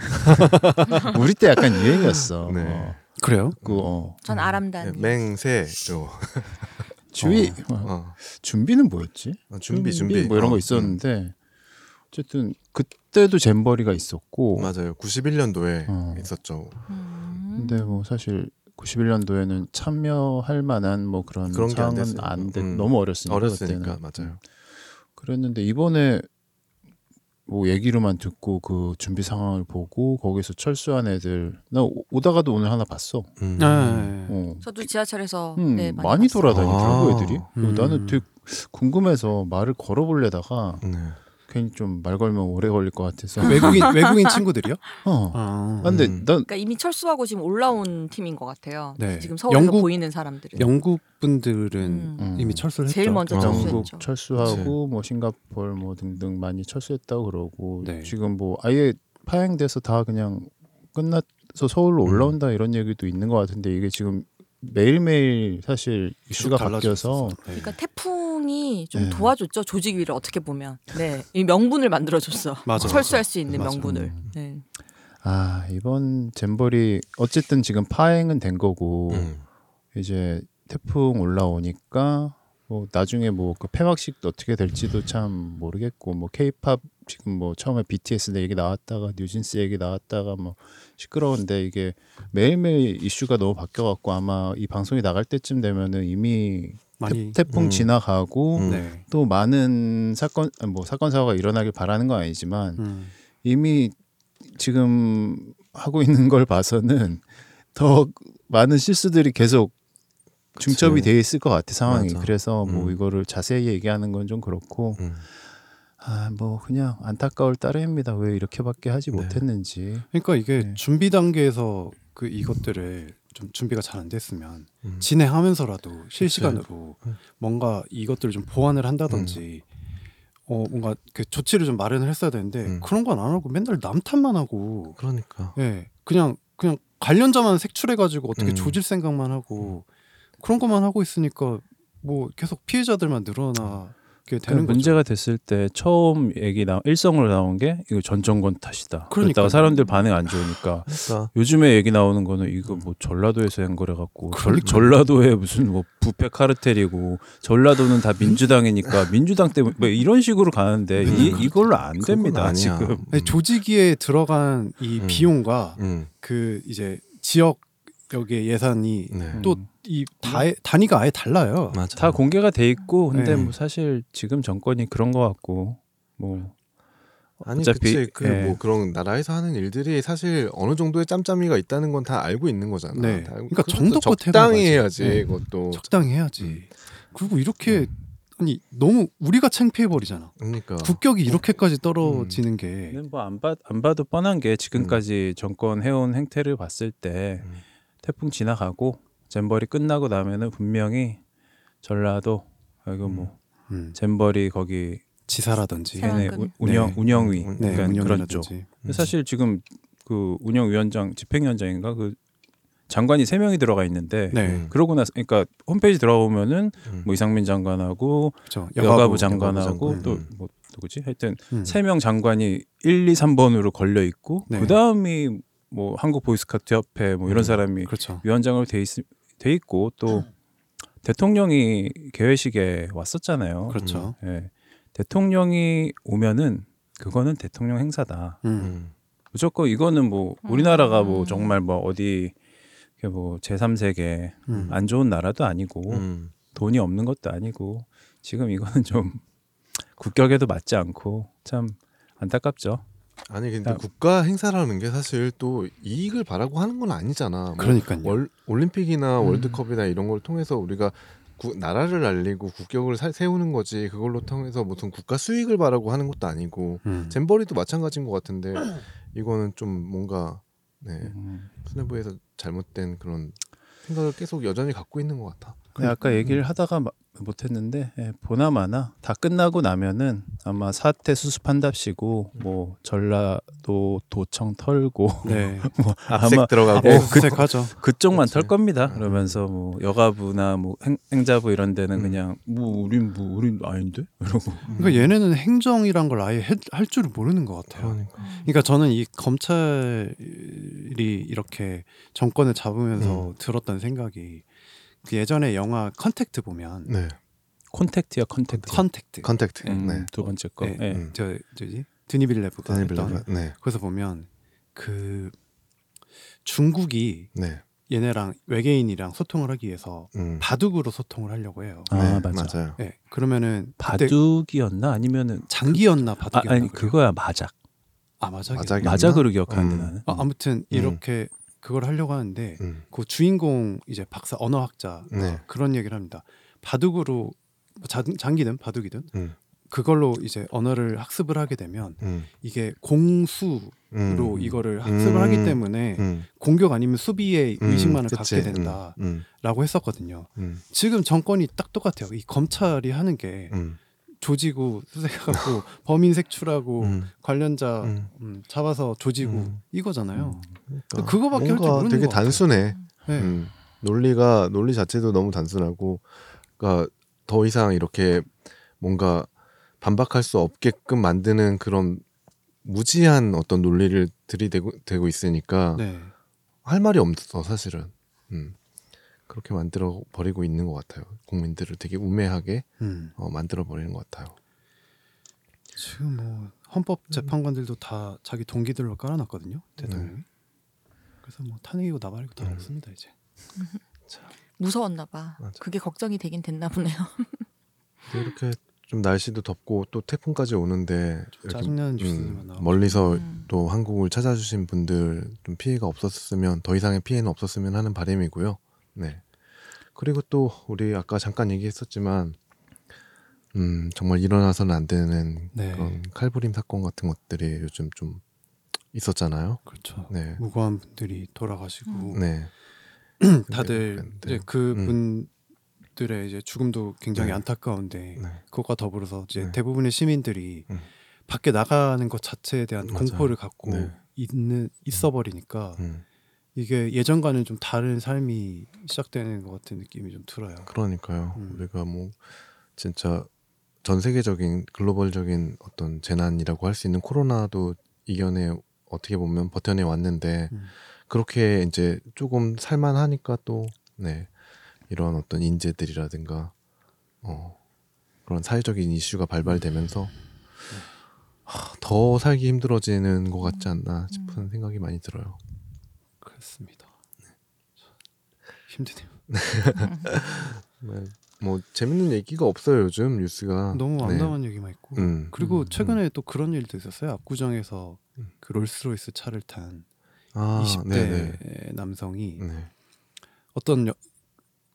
F: 우리 때 약간 유행이었어.
A: 네.
F: 어,
B: 그래요?
F: 그 어,
D: 전
A: 네,
D: 아람단.
A: 맹세, 요.
F: 주위 어,
A: 어.
F: 준비는 뭐였지?
A: 어, 준비, 준비.
F: 뭐 이런
A: 어,
F: 거
A: 음.
F: 있었는데 어쨌든 그때도 잼버리가 있었고
A: 맞아요. 91년도에
F: 어.
A: 있었죠.
D: 음.
B: 네.
F: 근데 뭐 사실 91년도에는 참여할 만한 뭐 그런,
A: 그런 게안
F: 상황은
A: 됐어요.
F: 안 됐.
A: 음.
F: 너무 어렸으니까
A: 어렸으니까
F: 그때는. 네.
A: 맞아요.
F: 그랬는데 이번에 뭐 얘기로만 듣고 그 준비 상황을 보고 거기서 철수한 애들 나 오- 오다가도 오늘 하나 봤어.
A: 음.
B: 네.
F: 어.
D: 저도 지하철에서
F: 음,
D: 네,
F: 많이,
D: 많이 봤어요.
F: 돌아다니더라고
A: 아.
F: 애들이.
B: 음.
F: 나는 되게 궁금해서 말을 걸어보려다가
A: 네.
F: 괜히 좀 말 걸면 오래 걸릴 것
A: 그
F: 같아서.
B: 외국인 외국인
A: [laughs]
B: 친구들이요?
F: 어. 아,
B: 아,
F: 근데
A: 음.
F: 난
D: 그러니까 이미 철수하고 지금 올라온 팀인 것 같아요.
B: 네.
D: 지금 서울에서
B: 영국-
D: 보이는 사람들은.
B: 영국 분들은
D: 음.
F: 음,
B: 이미 철수를 했죠. 아.
D: 제일 먼저
A: 어.
F: 영국
D: 철수했죠.
F: 철수하고 뭐 싱가포르 뭐 등등 많이 철수했다고 그러고
B: 네.
F: 지금 뭐 아예 파행돼서 다 그냥 끝나서 서울로 올라온다 이런 얘기도 있는 것 같은데 이게 지금 매일매일 사실 이슈가 바뀌어서
B: 네.
D: 그러니까 태풍이 좀
F: 네.
D: 도와줬죠 조직 위를 어떻게 보면 네 이 명분을 만들어줬어
B: 맞아.
D: 철수할 수 있는
B: 맞아.
D: 명분을 네.
F: 아 이번 잼버리 어쨌든 지금 파행은 된 거고
A: 음.
F: 이제 태풍 올라오니까 뭐 나중에 뭐 그 폐막식도 어떻게 될지도 참 모르겠고 뭐 케이팝 지금 뭐 처음에 BTS 얘기 나왔다가 뉴진스 얘기 나왔다가 뭐 시끄러운데 이게 매일매일 이슈가 너무 바뀌어 갖고 아마 이 방송이 나갈 때쯤 되면은 이미
B: 많이
F: 태, 풍
A: 음.
F: 지나가고
A: 음.
B: 네.
F: 또 많은 사건 아니, 뭐 사건 사고가 일어나길 바라는 건 아니지만
B: 음.
F: 이미 지금 하고 있는 걸 봐서는 더 많은 실수들이 계속 중첩이 돼 있을 것 같아 상황이
A: 맞아.
F: 그래서 뭐
A: 음.
F: 이거를 자세히 얘기하는 건 좀 그렇고
A: 음.
F: 아 뭐 그냥 안타까울 따름입니다. 왜 이렇게밖에 하지
A: 네.
F: 못했는지.
B: 그러니까 이게
F: 네.
B: 준비 단계에서 그 이것들을 좀 준비가 잘 안 됐으면
A: 음. 네.
B: 진행하면서라도 실시간으로 뭔가 이것들을 좀 보완을 한다든지 어 뭔가 그 조치를 좀 마련을 했어야 되는데
A: 음.
B: 그런 건 안 하고 맨날 남 탓만 하고
A: 그러니까.
B: 예 그냥 그냥 관련자만 색출해 가지고 어떻게
A: 음.
B: 조질 생각만 하고 그런 것만 하고 있으니까 뭐 계속 피해자들만 늘어나게
F: 그러니까
B: 되는 거죠.
C: 문제가 됐을 때 처음 얘기 나 일성으로 나온 게 이거 전 정권 탓이다.
B: 그러니까요.
C: 그러니까 사람들 반응 안 좋으니까
A: 그러니까.
C: 요즘에 얘기 나오는 거는 이거 뭐 전라도에서 한 거래 갖고 절-
B: 그러니까요.
C: 전라도에 무슨 뭐 부패 카르텔이고 전라도는 다 민주당이니까 민주당 때문에 뭐 이런 식으로 가는데 이, 이걸로 안 됩니다
A: 그건 아니야.
C: 지금.
B: 아니, 조직위에 들어간 이
A: 음.
B: 비용과
A: 음.
B: 그 이제 지역 여기 예산이
A: 네.
C: 음.
B: 또 이 단위가 아예 달라요.
A: 맞아.
C: 다 공개가 돼 있고 근데
B: 네.
C: 뭐 사실 지금 정권이 그런 거 같고 뭐
A: 아니
C: 어차피-
A: 그치 그
C: 예.
A: 뭐 그런 나라에서 하는 일들이 사실 어느 정도의 짬짬이가 있다는 건 다 알고 있는 거잖아.
B: 네.
A: 다-
B: 그러니까
A: 그것도
B: 정도껏
A: 적당히 해야지
B: 해봐야지. 네.
A: 그것도.
B: 적당히
C: 음.
B: 해야지. 그리고 이렇게 아니 너무 우리가 창피해 버리잖아.
A: 그러니까.
B: 국격이 이렇게까지
C: 음.
B: 떨어지는 게
C: 네. 뭐안봐안 봐도 뻔한 게 지금까지 정권 해온 행태를 봤을 때
A: 음.
C: 태풍 지나가고 잼버리 끝나고 나면은 분명히 전라도 이거 뭐
B: 음,
C: 잼버리 거기
B: 지사라든지
D: 생활-
C: 걔네
D: 세만금.
C: 우- 운영
B: 네.
C: 운영위
A: 네,
B: 네,
C: 그러니까 그런 쪽
B: 운영이라든지
C: 근데 사실 지금 그 운영위원장 집행위원장인가 그 장관이 세 명이 들어가 있는데
B: 네,
A: 음.
C: 그러고 나서 그러니까 홈페이지 들어보면은
A: 음.
C: 뭐 이상민 장관하고
B: 그렇죠.
C: 여가부,
A: 여가부
C: 장관하고
A: 장관. 음.
C: 또 뭐 누구지 하여튼
B: 음.
C: 세 명 장관이 1, 2, 3번으로 걸려 있고
B: 네.
C: 그 다음이 뭐 한국 보이스카트 협회 뭐 이런
A: 음.
C: 사람이
B: 그렇죠.
C: 위원장으로 돼, 있, 돼 있고 또 대통령이 개회식에 왔었잖아요.
B: 그렇죠.
C: 예. 대통령이 오면은 그거는 대통령 행사다.
B: 음.
A: 음.
C: 무조건 이거는 뭐 우리나라가 뭐
D: 음.
C: 정말 뭐 어디 이렇게 뭐 제3세계
B: 음.
C: 안 좋은 나라도 아니고
A: 음.
C: 돈이 없는 것도 아니고 지금 이거는 좀 [laughs] 국격에도 맞지 않고 참 안타깝죠.
A: 아니 근데
C: 아.
A: 국가 행사라는 게 사실 또 이익을 바라고 하는 건 아니잖아. 뭐
B: 그러니까요.
A: 월, 올림픽이나 월드컵이나 이런 걸 통해서 우리가 구- 나라를 알리고 국격을 사- 세우는 거지 그걸로 통해서 무슨 국가 수익을 바라고 하는 것도 아니고
B: 음.
A: 잼버리도 마찬가지인 것 같은데 이거는 좀 뭔가 네,
C: 음.
A: 수뇌부에서 잘못된 그런 생각을 계속 여전히 갖고 있는 것 같아.
C: 근데 아까 얘기를 하다가 마- 못했는데 예, 보나마나 다 끝나고 나면은 아마 사태 수습한답시고 뭐 전라도 도청 털고
B: [laughs] 네,
C: 뭐 아마
A: 색 들어가고
C: 예, 그-
B: 수색하죠.
C: 그쪽만
A: 그치.
C: 털 겁니다.
A: 음.
C: 그러면서 뭐 여가부나 뭐 행, 행자부 이런 데는
A: 음.
C: 그냥 뭐 우린 뭐 우린 아닌데 이러고
B: 그러니까 얘네는 행정이란 걸 아예 해- 할 줄을 모르는 것 같아요.
A: 그러니까.
B: 그러니까 저는 이 검찰이 이렇게 정권을 잡으면서 들었던 생각이 그 예전에 영화 컨택트 보면
A: 네
C: 콘택트야 콘택트.
B: 컨택트
A: 컨택트
C: 음,
A: 네
C: 두 번째 거.
B: 네.
C: 예.
A: 음.
B: 저 저지 드니빌레브가
A: 다니
B: 했던
A: 빌라 네네
B: 거기서 보면 그 중국이
A: 네.
B: 얘네랑 외계인이랑 소통을 하기 위해서
A: 음.
B: 바둑으로 소통을 하려고 해요.
C: 아
A: 네,
C: 맞아.
A: 맞아요.
B: 예, 그러면은 그때
C: 바둑이었나 아니면은
B: 장기였나
C: 아,
B: 바둑이었나
C: 아니
B: 그래요.
C: 그거야 마작.
B: 아 맞아
A: 마작이- 기억나?
C: 마작으로 기억하는데
A: 음.
C: 나는.
B: 아, 아무튼 이렇게 그걸 하려고 하는데
A: 음.
B: 그 주인공 이제 박사 언어학자
A: 네.
B: 그런 얘기를 합니다. 바둑으로 뭐 자- 장기든 바둑이든
A: 음.
B: 그걸로 이제 언어를 학습을 하게 되면
A: 음.
B: 이게 공수로
A: 음.
B: 이거를 학습을 하기 때문에
A: 음.
B: 공격 아니면 수비의
A: 음,
B: 의식만을
A: 그치.
B: 갖게 된다라고
A: 음,
B: 했었거든요.
A: 음,
B: 지금 정권이 딱 똑같아요. 이 검찰이 하는 게
A: 음,
B: 조지고
A: [laughs]
B: 수색하고 범인 색출하고
A: 음,
B: 관련자
A: 음.
B: 음, 잡아서 조지고
A: 음.
B: 이거잖아요.
A: 그러니까
B: 그거밖에 할줄
A: 뭔가
B: 모르는
A: 되게
B: 것 같아요.
A: 단순해.
B: 네.
A: 음. 논리가 논리 자체도 너무 단순하고, 그러니까 더 이상 이렇게 뭔가 반박할 수 없게끔 만드는 그런 무지한 어떤 논리를 들이대고 되고 있으니까
B: 네.
A: 할 말이 없어 사실은. 음. 그렇게 만들어 버리고 있는 것 같아요. 국민들을 되게 우매하게
B: 음.
A: 어, 만들어 버리는 것 같아요.
B: 지금 뭐 헌법
A: 음.
B: 재판관들도 다 자기 동기들로 깔아놨거든요. 대통령이. 그래서 뭐 탄핵이고 나발이고 다
A: 네. 음.
B: 없습니다 이제.
D: 무서웠나 봐.
A: 맞아.
D: 그게 걱정이 되긴 됐나 보네요.
A: 근데 이렇게 좀 날씨도 덥고 또 태풍까지 오는데 이렇게
B: 짜증나는 뉴스들만
A: 음,
B: 나와.
A: 멀리서
D: 음.
A: 또 한국을 찾아주신 분들 좀 피해가 없었으면 더 이상의 피해는 없었으면 하는 바람이고요. 네. 그리고 또 우리 아까 잠깐 얘기했었지만 음, 정말 일어나서는 안 되는
B: 네.
A: 그런 칼부림 사건 같은 것들이 요즘 좀 있었잖아요.
B: 그렇죠.
A: 네.
B: 무고한 분들이 돌아가시고
A: 네.
B: [clears throat] 다들
A: 근데- 네. 음.
B: 이제 그분들의 이제 죽음도 굉장히
A: 네.
B: 안타까운데
A: 네.
B: 그것과 더불어서 이제
A: 네.
B: 대부분의 시민들이
A: 음.
B: 밖에 나가는 것 자체에 대한
A: 맞아요.
B: 공포를 갖고
A: 네.
B: 있는 있어 버리니까
A: 음,
B: 이게 예전과는 좀 다른 삶이 시작되는 것 같은 느낌이 좀 들어요.
A: 그러니까요.
B: 음.
A: 우리가 뭐 진짜 전 세계적인 글로벌적인 어떤 재난이라고 할 수 있는 코로나도 이겨내 어떻게 보면 버텨내 왔는데
B: 음.
A: 그렇게 이제 조금 살만하니까 또 네 이런 어떤 인재들이라든가 어 그런 사회적인 이슈가 발발되면서 하, 더 살기 힘들어지는 것 같지
B: 음.
A: 않나 싶은 생각이 많이 들어요.
B: 그렇습니다. 네. 힘드네요.
A: 네, 뭐 재밌는 얘기가 없어요 요즘 뉴스가
B: 너무
A: 네.
B: 암담한 얘기만 있고
A: 음.
B: 그리고
A: 음,
B: 최근에 또 그런 일도 있었어요. 압구정에서
A: 음.
B: 그 롤스로이스 차를 탄
A: 아,
B: 20대
A: 네네.
B: 남성이
A: 네.
B: 어떤 여-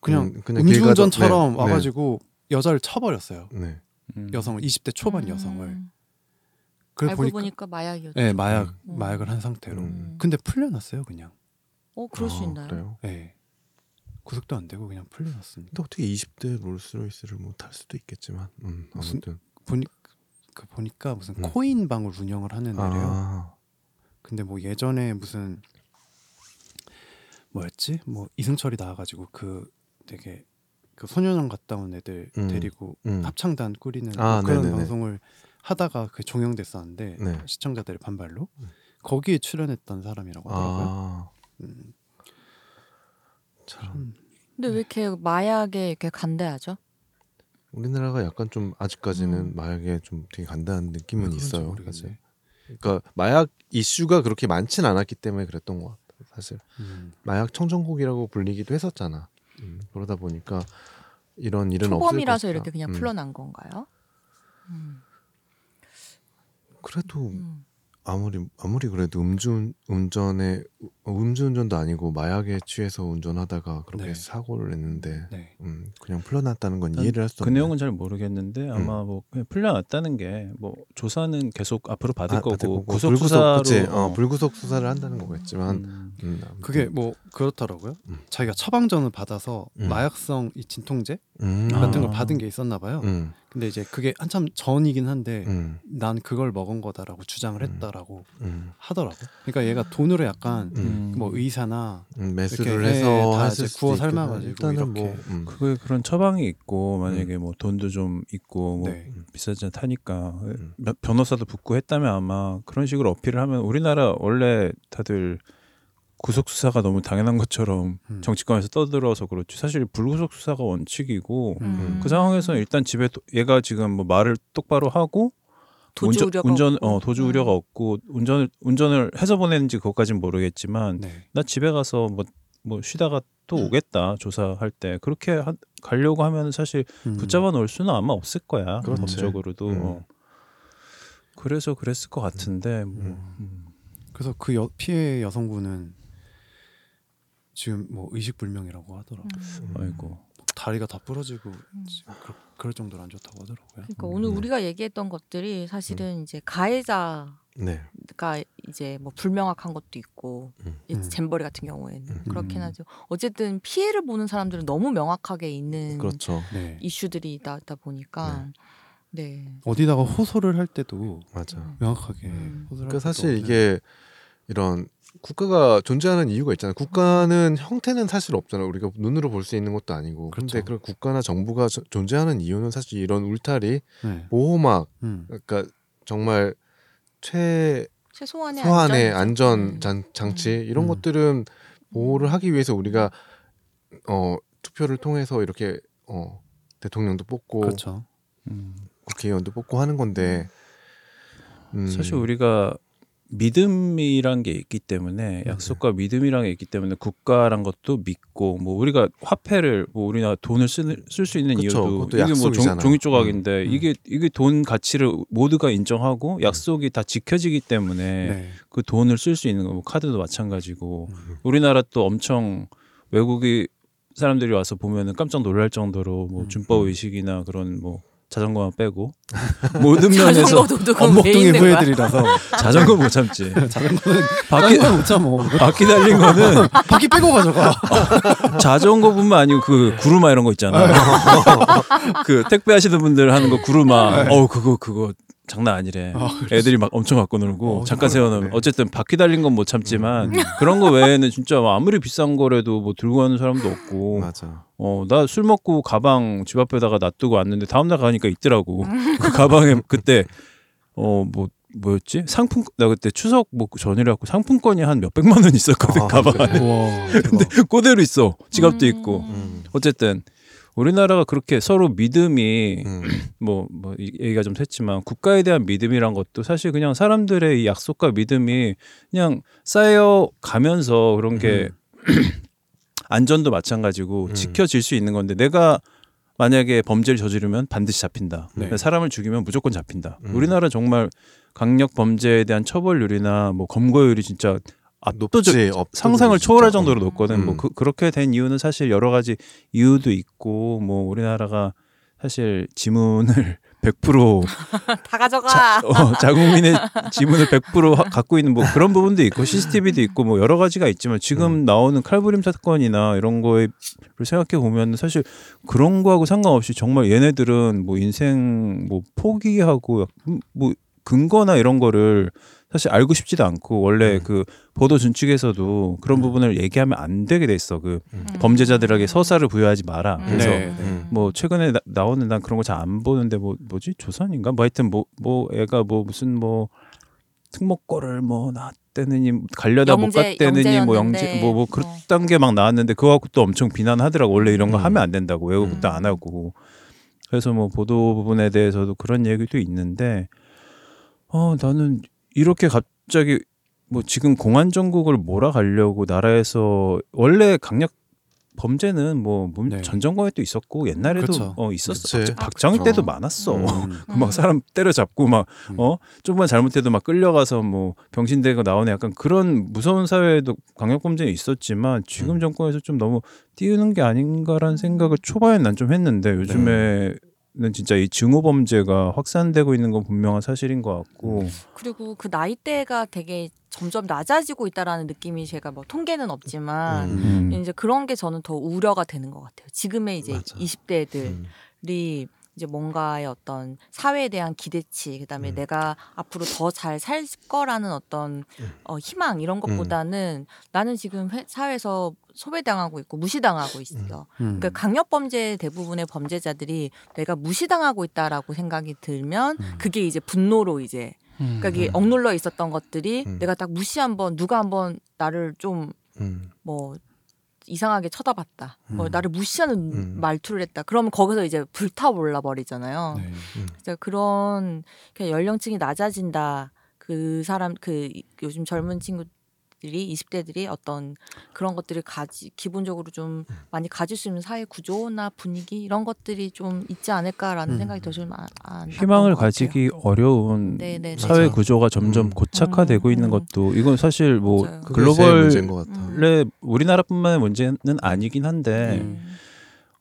B: 그냥
A: 음, 그냥 길 가다-
B: 음주운전처럼
A: 네,
B: 와가지고 여자를 쳐버렸어요.
A: 네.
C: 음.
B: 여성을 20대 초반
D: 음.
B: 여성을. 그걸
D: 알고
B: 보니까,
D: 보니까, 마약이었죠.
B: 예 마약
D: 음.
B: 마약을 한 상태로.
A: 음.
B: 근데 풀려났어요 그냥.
D: 어 그럴 수
A: 아,
D: 있나요?
A: 그래요?
B: 예 구속도 안 되고 그냥 풀려났습니다.
A: 근데 어떻게 20대 롤스로이스를 뭐 탈 수도 있겠지만 음,
B: 무슨
A: 아무튼
B: 보니 그 보니까 무슨
A: 음.
B: 코인 방을 운영을 하는 애래요.
A: 아,
B: 근데 뭐 예전에 무슨 뭐였지? 뭐 이승철이 나와가지고 그 되게 그 소년원 갔다 온 애들
A: 음.
B: 데리고
A: 음.
B: 합창단 꾸리는
A: 아,
B: 뭐 그런
A: 네네네.
B: 방송을 하다가 그 종영됐었는데
A: 네. 음.
B: 시청자들의 반발로 거기에 출연했던 사람이라고 하더라고요.
A: 아,
B: 음,
A: 참 아,
B: 음.
D: 근데 왜 이렇게 마약에 이렇게 간대하죠?
A: 우리나라가 약간 좀 아직까지는
D: 음.
A: 마약에 좀 되게 간다는 느낌은
B: 그런지
A: 있어요.
B: 모르겠네.
A: 사실. 그러니까 마약 이슈가 그렇게 많진 않았기 때문에 그랬던 것 같아요. 사실
B: 음,
A: 마약 청정국이라고 불리기도 했었잖아. 음, 그러다 보니까 이런 일은 없을
D: 초범이라서
A: 것이다.
D: 이렇게 그냥
A: 음.
D: 풀려난 건가요? 음.
A: 그래도
D: 음.
A: 아무리 아무리 그래도 음주 운전에 음주운전도 아니고 마약에 취해서 운전하다가 그렇게
B: 네.
A: 사고를 냈는데
B: 네.
A: 음, 그냥 풀려났다는 건
C: 일단
A: 이해를 할 수
C: 그
A: 없는
C: 내용은 잘 모르겠는데 아마 뭐 그냥 풀려났다는 게 뭐 조사는 계속 앞으로 받을
A: 아,
C: 거고,
A: 받을 거고,
C: 구속
A: 불구속,
C: 수사로
A: 그치? 어,
C: 어,
A: 불구속 수사를 한다는 거겠지만
C: 음,
A: 음, 아무튼.
B: 그게 뭐 그렇더라고요.
A: 음.
B: 자기가 처방전을 받아서
A: 음.
B: 마약성 이 진통제
A: 음.
B: 같은 걸
C: 아.
B: 받은 게 있었나 봐요.
A: 음,
B: 근데 이제 그게 한참 전이긴 한데
A: 음,
B: 난 그걸 먹은 거다라고 주장을
A: 음.
B: 했다라고
A: 음,
B: 하더라고. 그러니까 얘가 돈으로 약간
A: 음,
B: 뭐 의사나
A: 음, 매수를
B: 이렇게
A: 해서
B: 다
A: 하실
B: 이제
A: 수도
B: 구워
A: 있겠네.
B: 삶아가지고
A: 일단은 뭐
B: 이렇게.
A: 음,
C: 그게 그런 처방이 있고 만약에 뭐 돈도 좀 있고 뭐
A: 음.
B: 네.
C: 비싸지 타니까 변호사도 붙고 했다면 아마 그런 식으로 어필을 하면 우리나라 원래 다들 구속 수사가 너무 당연한 것처럼
B: 음.
C: 정치권에서 떠들어서 그렇지 사실 불구속 수사가 원칙이고
A: 음.
C: 그 상황에서 일단 집에 도- 얘가 지금 뭐 말을 똑바로 하고
D: 도주
C: 운전,
D: 우려가
C: 운전
D: 없고.
C: 어 도주
D: 음.
C: 우려가 없고 운전을 운전을 해서 보냈는지 그것까진 모르겠지만
B: 네.
C: 나 집에 가서 뭐 뭐 쉬다가 또 오겠다 조사할 때 그렇게 하, 가려고 하면 사실
B: 음.
C: 붙잡아 놓을 수는 아마 없을 거야
A: 그렇지.
C: 법적으로도
A: 음.
C: 어. 그래서 그랬을 것 같은데 뭐,
A: 음.
C: 음.
B: 그래서 그 여- 피해 여성분은 지금 뭐 의식 불명이라고 하더라고.
D: 음.
C: 아이고
B: 다리가 다 부러지고
D: 음.
B: 지금 그- 그럴 정도로 안 좋다고 하더라고요.
D: 그러니까
C: 음.
D: 오늘
A: 네.
D: 우리가 얘기했던 것들이 사실은 이제 가해자
A: 네,
D: 가 이제 뭐 불명확한 것도 있고
A: 음.
D: 이
B: 음.
D: 잼버리 같은 경우에는
A: 음.
D: 그렇긴
C: 음.
D: 하죠. 어쨌든 피해를 보는 사람들은 너무 명확하게 있는
A: 그렇죠,
B: 네.
D: 이슈들이 나다 보니까 네.
B: 어디다가 호소를 할 때도
A: 맞아.
B: 명확하게
D: 음.
B: 호소를.
A: 그러니까 사실 이게 이런 국가가 존재하는 이유가 있잖아요. 국가는 형태는 사실 없잖아요. 우리가 눈으로 볼 수 있는 것도 아니고. 근데
B: 그렇죠.
A: 그런 국가나 정부가 저- 존재하는 이유는 사실 이런 울타리,
B: 네.
A: 보호막,
B: 음.
A: 그러니까 정말 최
D: 최소한의
A: 소한의
D: 안전이죠.
A: 안전
D: 음.
A: 장, 장치 이런
B: 음.
A: 것들은 보호를 하기 위해서 우리가 어 투표를 통해서 이렇게 어 대통령도 뽑고
B: 그렇죠.
C: 음.
A: 국회의원도 뽑고 하는 건데 음,
C: 사실 우리가 믿음이란 게 있기
A: 네,
C: 때문에 약속과 믿음이란 게 있기 때문에 국가란 것도 믿고 뭐 우리가 화폐를 뭐 우리나 돈을 쓸 수 있는
A: 그쵸,
C: 이유도
A: 그것도
C: 이게 뭐
A: 약속이잖아요.
C: 종, 종이 조각인데
B: 음.
C: 이게 이게 돈 가치를 모두가 인정하고
A: 네.
C: 약속이 다 지켜지기 때문에
B: 네.
C: 그 돈을 쓸 수 있는 거뭐 카드도 마찬가지고
B: 음.
C: 우리나라 또 엄청 외국이 사람들이 와서 보면은 깜짝 놀랄 정도로 뭐
B: 음.
C: 준법 의식이나 그런 뭐 자전거만
B: [laughs]
C: 빼고 모든
D: 자전거
C: 면에서
D: 도둑은 왜
B: 엄목동의
D: 있는 거야?
B: 후예들이라서 [laughs]
C: 자전거 못 참지.
B: 자전거는
C: 바퀴
B: 딴건못 참어.
C: 바퀴
A: 네.
C: 달린 거는
B: [laughs] 바퀴 빼고 가져가.
C: 자전거뿐만 아니고 그 구루마 이런 거
B: 어.
C: 있잖아요. [laughs] 그 택배 하시는 분들 하는 거
B: 네.
C: 구루마. 어 그거 그거 장난 아니래.
B: 아,
C: 애들이 막 엄청 갖고 놀고
B: 어,
C: 잠깐
B: 정말.
C: 세워놓으면
B: 네. 음.
C: 어쨌든 바퀴 달린 건 못 참지만
B: [laughs]
C: 그런 거 외에는 진짜 뭐 아무리 비싼 거라도 뭐 들고 가는 사람도 없고
A: 맞아.
C: 어 나 술 먹고 가방 집 앞에다가 놔두고 왔는데 다음 날 가니까 있더라고
B: 음.
C: 그 가방에 그때 어 뭐 뭐였지 상품 나 그때 추석 뭐 전이라 갖고 상품권이 한 몇 백만 원 있었거든
A: 아,
C: 가방 안에
B: 우와.
A: [laughs]
C: 근데 [laughs] 그대로 있어 지갑도
D: 음.
C: 있고
A: 음.
C: 어쨌든 우리나라가 그렇게 서로 믿음이
A: 음.
C: 뭐, 뭐 이- 얘기가 좀 샜지만 국가에 대한 믿음이란 것도 사실 그냥 사람들의 이 약속과 믿음이 그냥 쌓여 가면서 그런 게 [clears throat] 안전도 마찬가지고
A: 음.
C: 지켜질 수 있는 건데 내가 만약에 범죄를 저지르면 반드시 잡힌다. 그러니까
A: 네.
C: 사람을 죽이면 무조건 잡힌다.
A: 음.
C: 우리나라 정말 강력 범죄에 대한 처벌률이나 뭐 검거율이 진짜 압도적 어,
A: 높지, 없-
C: 상상을
A: 진짜.
C: 초월할 정도로 높거든.
A: 음.
C: 뭐 그, 그렇게 된 이유는 사실 여러 가지 이유도 있고 뭐 우리나라가 사실 지문을 [laughs] 100%
D: 다 가져가.
C: 자, 어, 자국민의 지문을 100% 하- 갖고 있는 뭐 그런 부분도 있고 CCTV도 있고 뭐 여러 가지가 있지만 지금 나오는 칼부림 사건이나 이런 거를 생각해 보면 사실 그런 거하고 상관없이 정말 얘네들은 뭐 인생 뭐 포기하고 음, 뭐 근거나 이런 거를 사실 알고 싶지도 않고 원래
A: 음.
C: 그 보도 준칙에서도 그런 부분을 얘기하면 안 되게 돼 있어 그 범죄자들에게 서사를 부여하지 마라
D: 음.
C: 그래서
F: 네.
A: 음.
C: 뭐 최근에 나, 나오는 난 그런 거 잘 안 보는데 뭐 뭐지 조선인가 뭐 하여튼 뭐 뭐 애가 뭐 무슨 뭐 특목고를 뭐 나왔대느니 갈려다 못
D: 영재,
C: 갔대느니 뭐 영재
D: 영재였는데
C: 뭐 뭐
D: 뭐.
C: 그딴 게 막 나왔는데 그거 갖고 또 엄청 비난하더라고 원래 이런 거
A: 음.
C: 하면 안 된다고 외국도
D: 음.
C: 안 하고 그래서 뭐 보도 부분에 대해서도 그런 얘기도 있는데 어 나는 이렇게 갑자기 뭐 지금 공안 정국을 몰아가려고 나라에서 원래 강력 범죄는 뭐 문-
B: 네.
C: 전 정권에도 있었고 옛날에도
B: 그쵸.
C: 어 있었어.
A: 그치.
C: 박, 박정희
A: 아,
C: 때도
A: 그쵸.
C: 많았어.
B: 음.
C: 그막 [laughs] 사람 때려잡고 막
B: 음.
C: 어 조금만 잘못해도 막 끌려가서 뭐 병신되고 나오는 약간 그런 무서운 사회에도 강력범죄는 있었지만 지금
A: 음.
C: 정권에서 좀 너무 띄우는 게 아닌가라는 생각을 초반에 난 좀 했는데 요즘에는 진짜 이 증오 범죄가 확산되고 있는 건 분명한 사실인 것 같고
D: 그리고 그 나이대가 되게 점점 낮아지고 있다라는 느낌이 제가 뭐 통계는 없지만
A: 음.
C: 음.
D: 이제 그런 게 저는 더 우려가 되는 것 같아요. 지금의 이제
A: 맞아.
D: 20대들이
A: 음.
D: 이제 뭔가의 어떤 사회에 대한 기대치, 그다음에
A: 음.
D: 내가 앞으로 더 잘 살 거라는 어떤
A: 음.
D: 어, 희망 이런 것보다는 나는 지금 회- 사회에서 소외당하고 있고 무시당하고 있어.
B: 음.
D: 그러니까 강력 범죄 대부분의 범죄자들이 내가 무시당하고 있다라고 생각이 들면
B: 음.
D: 그게 이제 분노로 이제 그러니까 이게
A: 음.
D: 억눌러 있었던 것들이
A: 음.
D: 내가 딱 무시 한번 누가 한번 나를
A: 음.
D: 좀 뭐 이상하게 쳐다봤다. 뭐
B: 음.
D: 나를 무시하는
A: 음.
D: 말투를 했다. 그러면 거기서 이제 불타올라 버리잖아요.
B: 네.
D: 그래서 그런 그냥 연령층이 낮아진다. 그 사람 그 이- 요즘 젊은 친구들이 20대들이 어떤 그런 것들을 가지 기본적으로 좀 많이 가질 수 있는 사회 구조나 분위기 이런 것들이 좀 있지 않을까라는
A: 음.
D: 생각이 더좀 안, 안
C: 희망을 가지기 어려운
D: 네, 네, 네.
C: 사회
A: 맞아.
C: 구조가 점점
A: 음.
C: 고착화되고 있는
D: 음.
C: 것도 이건 사실 뭐
D: 맞아요.
A: 그게 제일
C: 글로벌
A: 문제인 것 같아.
D: 음.
C: 원래 우리나라뿐만의 문제는 아니긴 한데
D: 네.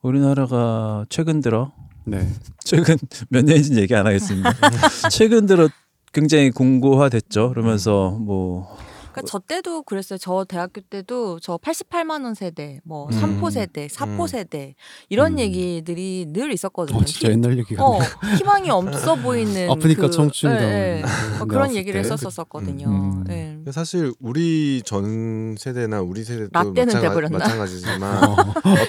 C: 우리나라가 최근 들어 [laughs]
B: 네.
C: 최근 몇 년인지 얘기 안
D: [laughs]
C: 하겠습니다.
D: 네.
C: 최근 들어 굉장히 공고화됐죠. 그러면서 뭐
D: 그러니까 저 때도 그랬어요. 저 대학교 때도 저 88만 원 세대, 뭐
C: 음.
D: 삼포 세대,
A: 음.
D: 사포 세대 이런
B: 음.
D: 얘기들이 늘 있었거든요.
B: 어 진짜 옛날 얘기 같네.
D: 어, 희망이 없어 보이는
B: 아프니까
D: 그-
B: 청춘이다. 음.
D: 예, 예. 어, 그런
B: 나왔을
D: 얘기를
B: 때.
D: 했었었거든요.
C: 음.
D: 예.
A: 사실 우리 전 세대나 우리 세대도
D: 나 때는
A: 마찬가-
D: 돼버렸나? [laughs] 어.
A: 마찬가지지만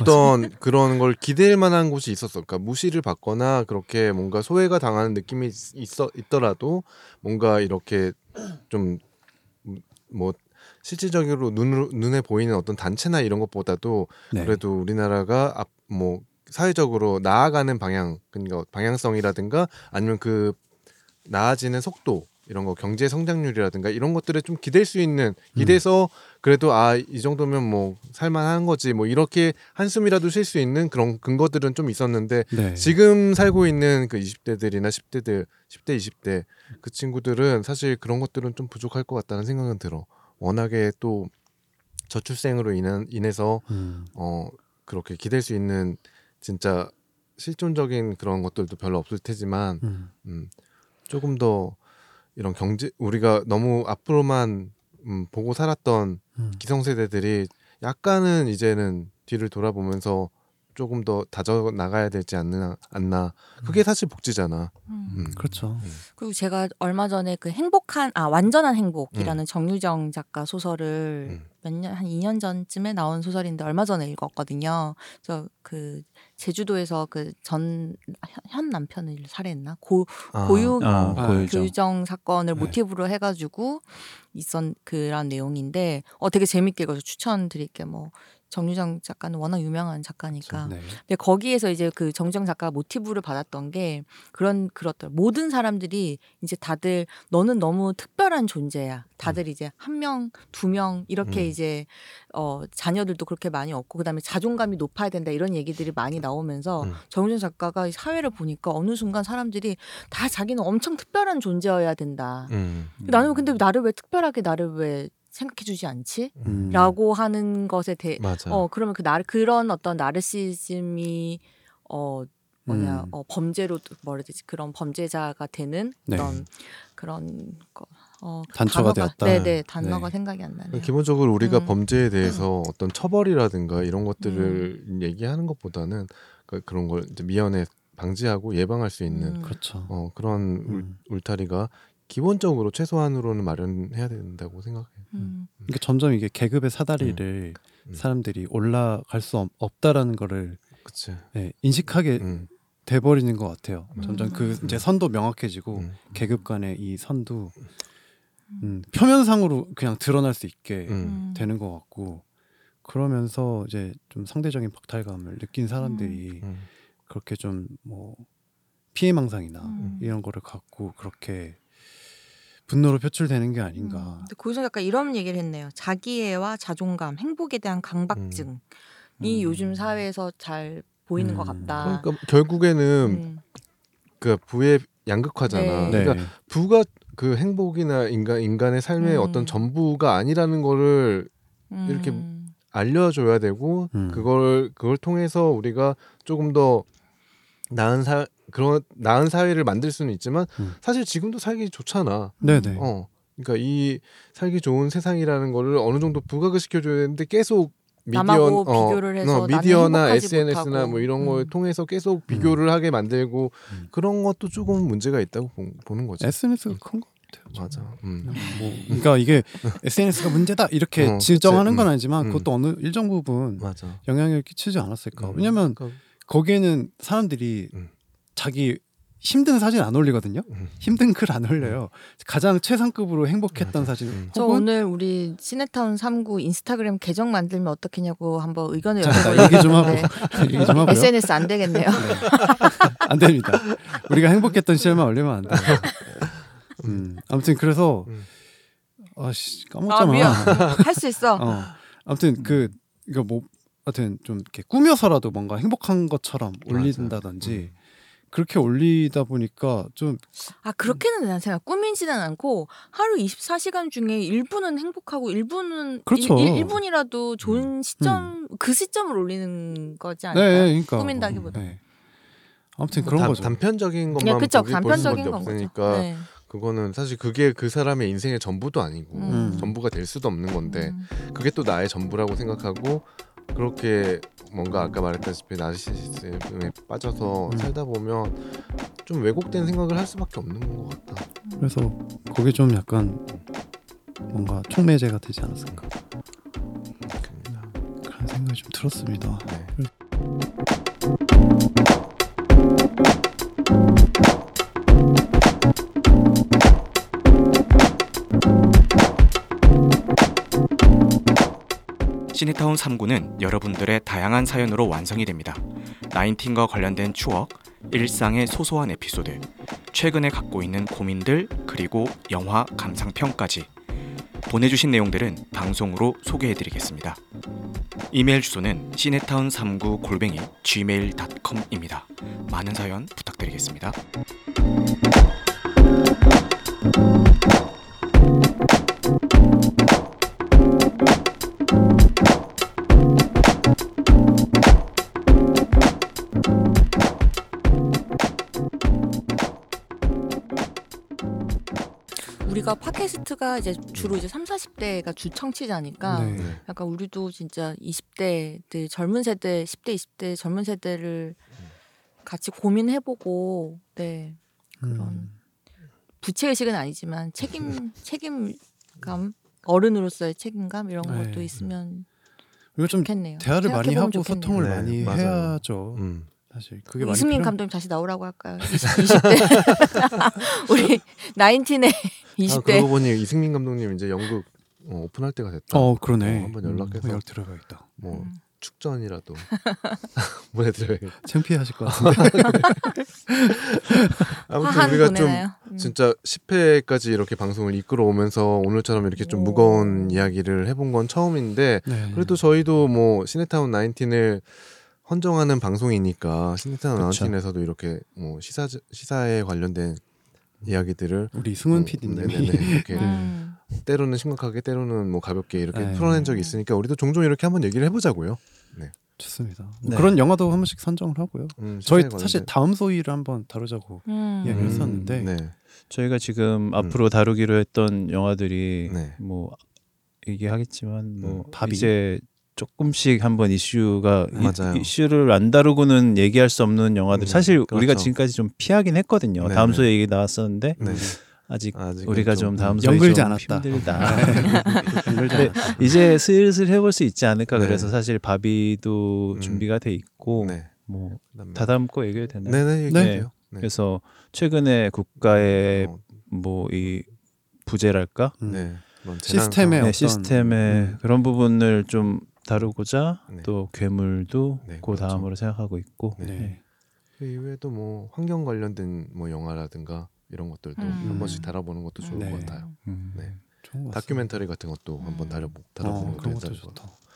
A: 어떤 그런 걸 기댈 만한 곳이 있었어. 그러니까 무시를 받거나 그렇게 뭔가 소외가 당하는 느낌이 있어 있더라도 뭔가 이렇게 좀 뭐 실질적으로 눈으로, 눈에 보이는 어떤 단체나 이런 것보다도
B: 네.
A: 그래도 우리나라가 앞, 뭐 사회적으로 나아가는 방향 그러니까 방향성이라든가 아니면 그 나아지는 속도 이런 거 경제 성장률이라든가 이런 것들에 좀 기댈 수 있는
B: 음.
A: 기대서 그래도 아 이 정도면 뭐 살만한 거지 뭐 이렇게 한숨이라도 쉴 수 있는 그런 근거들은 좀 있었는데
B: 네.
A: 지금 살고 있는 그 20대들이나 10대들 10대 20대 그 친구들은 사실 그런 것들은 좀 부족할 것 같다는 생각은 들어 워낙에 또 저출생으로 인한 인해서
B: 음.
A: 어 그렇게 기댈 수 있는 진짜 실존적인 그런 것들도 별로 없을 테지만
B: 음.
A: 음, 조금 더 이런 경제 우리가 너무 앞으로만 음, 보고 살았던
B: 음.
A: 기성세대들이 약간은 이제는 뒤를 돌아보면서 조금 더 다져 나가야 되지 않나 않나 그게 사실 복지잖아.
D: 음.
A: 음.
B: 그렇죠.
D: 그리고 제가 얼마 전에 그 행복한 아 완전한
B: 음.
D: 행복이라는 정유정 작가 소설을
A: 음.
D: 몇 년 한 2년 전쯤에 나온 소설인데 얼마 전에 읽었거든요. 저 그 제주도에서 그 전 현 남편을 살해했나 고
A: 아,
D: 고유
C: 아,
A: 아,
C: 보여줘.
D: 교정 사건을
A: 네.
D: 모티브로 해가지고 있었 그런 내용인데 어 되게 재밌게 읽어서 추천드릴게요. 뭐 정유정 작가는 워낙 유명한 작가니까.
B: 네.
D: 근데 거기에서 이제 그 정정 작가 모티브를 받았던 게 그런 그렇더라. 모든 사람들이 이제 다들 너는 너무 특별한 존재야. 다들 이제 한 명, 두 명 이렇게
A: 음.
D: 이제 어 자녀들도 그렇게 많이 없고 그다음에 자존감이 높아야 된다 이런 얘기들이 많이 나오면서
A: 음.
D: 정우정 작가가 이 사회를 보니까 어느 순간 사람들이 다 자기는 엄청 특별한 존재여야 된다.
A: 음,
D: 그, 나는 근데 나를 왜 특별하게 나를 왜 생각해주지 않지?
B: 음.
D: 라고 하는 것에 대해
A: 맞아.
D: 어 그러면 그 나, 그런 어떤 나르시즘이 어 뭐냐
B: 음.
D: 어, 범죄로 또 뭐라 해야 되지 그런 범죄자가 되는
B: 네.
D: 그런 그런 거 어, 그
B: 단초가
D: 단어가-
B: 되었다.
D: 네네 단어가
B: 네.
D: 생각이 안 나네요.
A: 기본적으로 우리가
D: 음.
A: 범죄에 대해서 어떤 처벌이라든가 이런 것들을
D: 네.
A: 얘기하는 것보다는 그- 그런 걸 이제 미연에 방지하고 예방할 수 있는
D: 음.
B: 그렇죠.
A: 어, 그런 울-
B: 음.
A: 울타리가 기본적으로 최소한으로는 마련해야 된다고 생각해요.
D: 음.
B: 그러니까 점점 이게 계급의 사다리를
A: 음.
B: 사람들이 올라갈 수 없- 없다라는 거를
A: 그치.
B: 네, 인식하게
A: 음,
B: 돼버리는 것 같아요.
D: 음.
B: 점점 그 이제 선도 명확해지고
A: 음,
B: 계급 간의 이 선도 음, 표면상으로 그냥 드러날 수 있게
A: 음.
D: 음.
B: 되는 것 같고 그러면서 이제 좀 상대적인 박탈감을 느낀 사람들이
A: 음.
B: 그렇게 좀 뭐 피해망상이나
D: 음.
B: 이런 거를 갖고 그렇게 분노로 표출되는 게
D: 음.
B: 아닌가.
D: 근데 고유성 작가 이런 얘기를 했네요. 자기애와 자존감, 행복에 대한 강박증이
C: 음.
D: 요즘 사회에서 잘 보이는
B: 음.
D: 것 같다.
A: 그러니까 결국에는
D: 음.
A: 그 부의 양극화잖아.
D: 네.
A: 그러니까 부가 그 행복이나 인간 인간의 삶의
D: 음.
A: 어떤 전부가 아니라는 거를
D: 음.
A: 이렇게 알려줘야 되고
B: 음.
A: 그걸 그걸 통해서 우리가 조금 더 나은 사 그런 나은 사회를 만들 수는 있지만
B: 음.
A: 사실 지금도 살기 좋잖아.
B: 네네.
A: 어, 그러니까 이 살기 좋은 세상이라는 거를 어느 정도 부각을 시켜줘야 되는데 계속 미디어,
D: 남하고
A: 어,
D: 비교를 해서
A: 어,
D: 나는
A: 미디어나
D: 행복하지
A: SNS나
D: 못하고.
A: 뭐 이런 걸
D: 음.
A: 통해서 계속 비교를 하게 만들고
B: 음.
A: 그런 것도 조금 문제가 있다고 보- 보는 거지.
B: SNS가 큰 거.
A: 맞아. 음.
B: 뭐, 그러니까
A: [laughs]
B: 이게 SNS가 문제다 이렇게
A: 어,
B: 지정하는
A: 그치.
B: 건
A: 음. 음.
B: 아니지만 그것도 어느 일정 부분
A: 맞아.
B: 영향을 끼치지 않았을까.
A: 음.
B: 왜냐면
A: 그러니까
B: 거기에는 사람들이
A: 음.
B: 자기 힘든 사진 안 올리거든요.
A: 음.
B: 힘든 글 안 올려요. 가장 최상급으로 행복했던 사진
A: 음.
D: 저
B: 혹은
D: 오늘 우리 시네타운 3구 인스타그램 계정 만들면 어떻겠냐고 한번 의견을
B: 자,
D: 여쭤보려고
B: 얘기 좀 하고
D: 했는데
B: 얘기 좀 하고요.
D: SNS 안 되겠네요.
B: 안 됩니다. 우리가 행복했던 시절만 올리면
A: [laughs]
B: 안 돼요. 음, 아무튼 그래서
A: 음.
B: [laughs] 아씨
D: 아
B: 까먹잖아.
D: 미안. 할 수 있어.
B: 어. 아무튼 그 이거 뭐 하여튼 좀 이렇게 꾸며서라도 뭔가 행복한 것처럼
A: 음.
B: 올린다든지 그렇게 올리다 보니까 좀
D: 아 그렇게는 난 생각 꾸민지는 않고 하루 24시간 중에 1분은 행복하고 1분은
B: 그렇죠. 음.
D: 1, 분이라도 좋은 시점 그 시점을 올리는 거지 않을까?
B: 네, 그러니까
D: 꾸민다기보다.
B: 네. 아무튼 그런
A: 단,
B: 거죠.
A: 단편적인
B: 네.
D: 예,
A: 것만
D: 그쵸
A: 보기
D: 간편적인
A: 볼
D: 건
A: 수밖에
D: 거죠.
A: 없으니까
D: 네.
A: 그거는 사실 그게 그 사람의 인생의 전부도 아니고
D: 음.
A: 전부가 될 수도 없는 건데
D: 음.
A: 그게 또 나의 전부라고 생각하고 그렇게 뭔가 아까 말했다시피 나르시시즘에 빠져서
B: 음.
A: 살다 보면 좀 왜곡된 생각을 할 수밖에 없는 것 같다.
B: 그래서 거기 좀 약간 뭔가 촉매제가 되지 않았을까 그런 생각이 좀 들었습니다.
A: 네.
E: 시네타운 3구는 여러분들의 다양한 사연으로 완성이 됩니다. 나인틴과 관련된 추억, 일상의 소소한 에피소드, 최근에 갖고 있는 고민들, 그리고 영화 감상평까지 보내주신 내용들은 방송으로 소개해드리겠습니다. 이메일 주소는 시네타운 3구 골뱅이 gmail.com입니다. 많은 사연 부탁드리겠습니다.
D: 우리가 팟캐스트가 이제 주로 이제 3, 40대가 주 청취자니까
B: 네.
D: 약간 우리도 진짜 20대들 젊은 세대, 10대, 20대 젊은 세대를
A: 음.
D: 같이 고민해보고 네
B: 음.
D: 그런. 부채 의식은 아니지만
A: [laughs]
D: 책임 책임감 어른으로서의 책임감 이런
B: 네.
D: 것도 있으면
B: 이거 좀
D: 좋겠네요.
B: 대화를 많이
D: 생각해보면
B: 하고
D: 좋겠네요.
B: 소통을
A: 네,
B: 많이
A: 맞아요.
B: 해야죠.
A: 음.
B: 사실 그게 많이
D: 이승민
B: 필요한-
D: 감독님 다시 나오라고 할까요? 20, 대 [laughs] 우리 나인틴의
A: 아,
D: 20대
A: 그러고 보니 이승민 감독님 이제 영국 어, 오픈할 때가 됐다.
B: 어 그러네.
A: 어, 한번 연락해서.
B: 음, 연락 들어가겠다.
A: 뭐
D: 음.
A: 축전이라도 [laughs] 보내드려요.
B: 창피하실
A: [laughs]
B: 것 같은데.
A: 아무튼
D: [laughs] 화한
A: 우리가 좀
D: 보내나요? 음.
A: 진짜 10회까지 이렇게 방송을 이끌어오면서 오늘처럼 이렇게 좀
D: 오.
A: 무거운 이야기를 해본 건 처음인데
B: 네.
A: 그래도 저희도 뭐 시네타운 19을 헌정하는 방송이니까 시네타운
F: 그쵸.
A: 19에서도 이렇게 뭐 시사 시사에 관련된 이야기들을
B: 우리 승훈
A: 어, 네네네,
B: PD님이
A: 이렇게
D: 음.
A: 때로는 심각하게 때로는 뭐 가볍게 이렇게
B: 네.
A: 풀어낸 적이 있으니까 우리도 종종 이렇게 한번 얘기를 해보자고요.
B: [laughs] 좋습니다. 뭐
C: 네.
B: 그런 영화도 한 번씩 선정을 하고요.
A: 음,
B: 저희
A: 시사에
B: 사실
A: 관련된.
B: 다음 소위를 한번 다루자고
D: 음.
B: 예,
A: 음,
B: 했었는데.
A: 네.
C: 저희가
A: 음.
C: 지금 앞으로 다루기로 했던 영화들이
A: 네.
C: 뭐 얘기하겠지만 뭐
B: 음, 밥이.
C: 이제 조금씩 한번 이슈가 이-
A: 맞아요.
C: 이슈를 안 다루고는 얘기할 수 없는 영화들
A: 음,
C: 사실 우리가
A: 그렇죠.
C: 지금까지 좀 피하긴 했거든요.
A: 네,
C: 다음
A: 네.
C: 소에 얘기 나왔었는데
A: [laughs]
B: 음.
A: 네.
C: 아직
A: 아직은
C: 우리가 좀 다음 소에
B: 연결지
C: 좀
B: 않았다.
A: 음. 네.
C: 힘들다.
B: 연결자
C: [laughs] 이제 슬슬 해볼 수 있지 않을까
A: 네.
C: 그래서 사실 바비도
A: 음.
C: 준비가 돼 있고
A: 네.
C: 뭐
A: 그다음에-
C: 다담고 얘기해도 되나요?
A: 네네 얘기해요. 네.
C: 그래서 최근에 국가의
A: 어,
C: 뭐 이 부재랄까
A: 네. 그런 재난
B: 음. 시스템에
A: 상황.
C: 네,
B: 어떤-
C: 시스템의
B: 음.
C: 그런 부분을 좀 다루고자
A: 네.
C: 또 괴물도
A: 네,
C: 그
A: 그렇죠.
C: 다음으로 생각하고 있고
A: 네.
C: 네.
A: 그 이외에도 뭐 환경 관련된 뭐 영화라든가 이런 것들도
D: 음.
A: 한 번씩 다뤄보는 것도 좋을
B: 네.
A: 것 같아요.
C: 음.
A: 네.
B: 좋은 것 같습니다.
A: 다큐멘터리 같은 것도 한번 다뤄보 다뤄보는
B: 어,
A: 것도
B: 그런
A: 괜찮을
B: 것도
A: 것 같아요.
B: 좋다.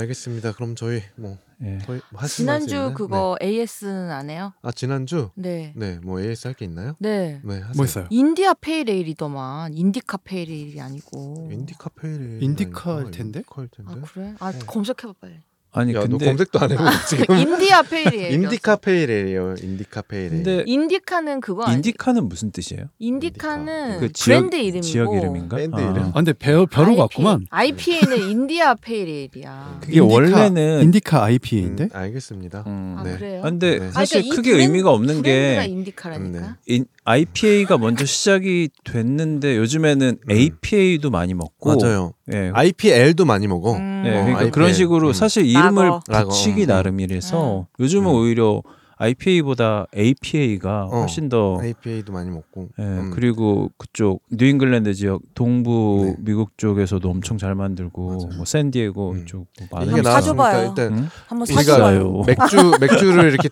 A: 알겠습니다. 그럼 저희 뭐
B: 네.
C: 예.
A: 거의 뭐 하신 말씀
D: 지난주
A: 있나요? 네.
D: 그거 AS는 안 해요?
A: 아 지난주
D: 네.
A: 네 뭐 AS 할 게 있나요?
D: 네.
A: 네 하세요.
B: 뭐 있어요?
D: 인디아 페이레일이더만 인디카 페이레일이 아니고.
A: 인디카 페일 어,
B: 인디카일 텐데?
A: 인디카일 텐데.
D: 아 그래? 아
A: 네.
D: 검색해봐 빨리.
C: 아니
A: 야, 너
C: 근데
A: 검색도 안 해고
D: [laughs]
A: 지금
D: 인디아 페이레일.
A: 인디카 페일이에요. 인디카 페일. 음,
C: 근데
D: 인디카는 그거 아니.
C: 인디카는 무슨 뜻이에요?
D: 인디카는
C: 그 지역-
D: 브랜드 이름이고.
C: 지역 이름인가?
A: 밴드
C: 아.
A: 이름.
B: 아, 근데 배우 벼루 같구만.
D: IPA는 인디아 페이레일이야.
A: 네.
C: 그게
B: 인디카-
C: 원래는
B: 인디카 IPA인데
A: 음, 알겠습니다.
C: 음.
D: 아
A: 네.
D: 그래요?
C: 아, 근데
A: 네.
C: 사실
D: 그러니까 이
C: 크게
D: 브랜-
C: 의미가 없는
D: 브랜드가
C: 게
A: 네.
D: 인디카라니까.
C: 인- IPA가 먼저 시작이 됐는데 요즘에는
A: 음.
C: APA도 많이 먹고
A: 맞아요.
C: 예.
A: IPL도 많이 먹어.
D: 음.
C: 예,
A: 어,
C: 그러니까
A: IPA.
C: 그런 식으로
A: 음.
C: 사실 이름을
D: 라거.
C: 붙이기
A: 라거.
C: 나름이라서 요즘은
A: 음.
C: 오히려 IPA보다 APA가
A: 어.
C: 훨씬 더
A: IPA도 많이 먹고.
C: 예,
B: 네,
A: 음.
C: 그리고 그쪽 뉴잉글랜드 지역 동부
A: 네.
C: 미국 쪽에서도 엄청 잘 만들고
A: 맞아요.
C: 뭐 샌디에고
A: 음.
C: 이쪽 뭐
A: 이게 음?
C: 많은
D: 한번
A: 나왔으니까
D: 사줘봐. 사줘봐요. 음.
A: 일단
C: 응?
D: 한번
A: 우리가-
D: 사줘봐요.
A: 맥주
D: [laughs]
A: 맥주를 이렇게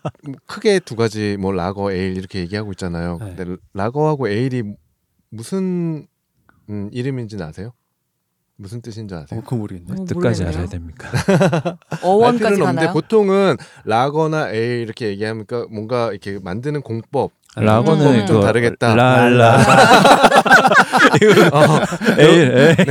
A: 크게 두 가지 뭐 라거 에일 이렇게 얘기하고 있잖아요.
B: 네.
A: 근데 라거하고 에일이 무슨 음, 이름인지는 아세요? 무슨 뜻인지
B: 어,
A: 아세요? 음.
B: 그건 모르겠네.
D: 어,
C: 뜻까지
D: 모르겠네요.
C: 알아야 됩니까?
A: 알
D: 어원까지
A: 필요는 없는데
D: 가나요?
A: 보통은 라거나 에일 이렇게 얘기하니까 뭔가 이렇게 만드는 공법
C: [laughs] 라고는
D: 음.
A: 네. 좀
C: 그
A: 다르겠다. [laughs] 어,
C: 랄라 에일
A: 네.
C: 에일.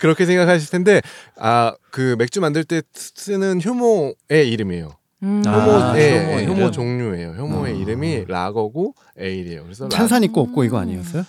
A: 그렇게 생각하실 텐데 아 그 맥주 만들 때 쓰는 효모의 이름이에요.
D: 음.
C: 아,
A: 효모, 예,
C: 효모의
A: 효모
C: 이름.
A: 종류예요. 효모의
B: 아.
A: 이름이 라거고 에일이에요. 그래서 라-
B: 찬산 있고 없고 이거 아니었어요?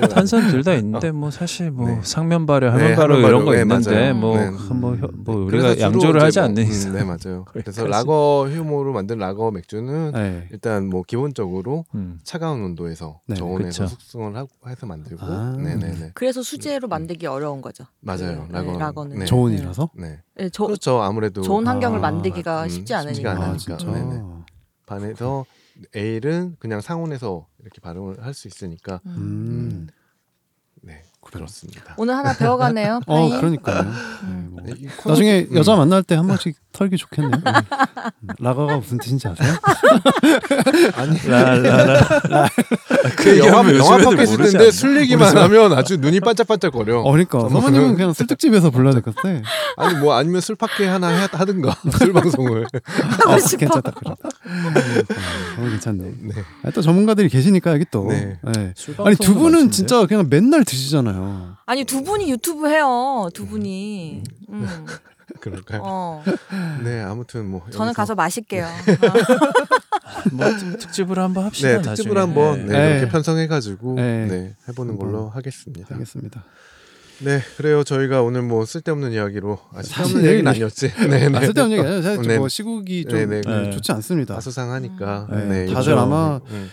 A: 라-
C: 탄산 둘 다 있는데 뭐 사실 뭐
A: 네.
C: 상면 발효,
A: 네,
C: 하면 발효
A: 하면 발효.
C: 이런 거
A: 네,
C: 있는데
A: 맞아요.
C: 뭐
A: 네.
C: 뭐 혀- 뭐
A: 그래서
C: 우리가
A: 주로
C: 양조를
A: 이제
C: 하지
A: 뭐-
C: 않는
A: 음,
C: 이상
A: 네
C: [laughs]
A: 맞아요. 그래서
C: 거기까지.
A: 라거 효모로 만든 라거 맥주는
B: 네.
A: 일단 뭐 기본적으로
C: 음.
A: 차가운 온도에서
B: 네,
A: 저온에서
C: 그쵸.
A: 숙성을 하고 해서 만들고
B: 아.
A: 네네네
D: 그래서 수제로 만들기 어려운 거죠.
A: 맞아요.
D: 그,
A: 라거-
D: 네, 라거는
A: 네.
B: 저온이라서.
A: 네
D: 네, 저,
A: 그렇죠 아무래도
D: 좋은 환경을
B: 아,
D: 만들기가
A: 음,
D: 쉽지
A: 쉽지가
D: 않으니까.
A: 않아요.
B: 아,
A: 그러니까,
B: 진짜.
A: 네네. 반에서 에일은 그냥 상온에서 이렇게 발효를 할 수 있으니까
D: 음.
B: 음.
A: 네
B: 그래요.
A: 그렇습니다.
C: 어,
D: 오늘 하나 배워가네요.
B: [laughs] 어,
D: 파인.
B: 그러니까요. 네,
D: 음.
B: 뭐.
A: 네, 이 코너-
B: 나중에
A: 음.
B: 여자 만날 때 한 번씩 털기 좋겠네요. 음. 라가가 무슨 뜻인지 아세요?
A: 아니
C: 랄랄라.
A: 그 영화
C: 얘기하면
A: 영화
C: 요즘 애들 모르지 않나?
A: 팟캐스트인데 술 얘기만 하면 아주 눈이 반짝반짝 거려.
B: 어, 그러니까
A: 저는
B: 사모님은
A: 그냥-
B: 그냥 술특집에서 불러야 될 것 [laughs] 같아.
A: 아니 뭐 아니면 술 팟캐 하나 하- 하든가 [laughs] 술
C: [laughs]
A: 방송을.
B: 어, 괜찮다, 그러다. 어, 괜찮네. 아, 또 전문가들이 계시니까 여기 또.
A: 네.
B: 네. 아니 두 분은 진짜 그냥 맨날 드시잖아요.
A: [laughs]
D: 아니 두 분이 유튜브 해요. 두 분이. 음.
A: 그럴까요?
D: 어,
A: 네, 아무튼 뭐
D: 저는
A: 여기서-
D: 가서 마실게요.
C: 뭐 특- 특집으로 한번 합시다.
A: 네, 특집을
C: 나중에.
A: 한번 네,
C: 네.
B: 네.
A: 이렇게 편성해 가지고
B: 네.
A: 네. 해보는
B: 한번
A: 걸로 하겠습니다.
B: 알겠습니다.
A: 네, 그래요. 저희가 오늘 뭐 쓸데없는 이야기로 아, 쓸데없는
B: 사실
A: 얘기는 아니었지. 네, 네.
B: 아, 쓸데없는 얘기 아니라 사실
A: 네.
B: 뭐 시국이 좀
A: 네, 네.
B: 그
C: 네.
B: 좋지 않습니다.
A: 다수상하니까
B: 네,
A: 네,
B: 다들
A: 요즘-
B: 아마
A: 음,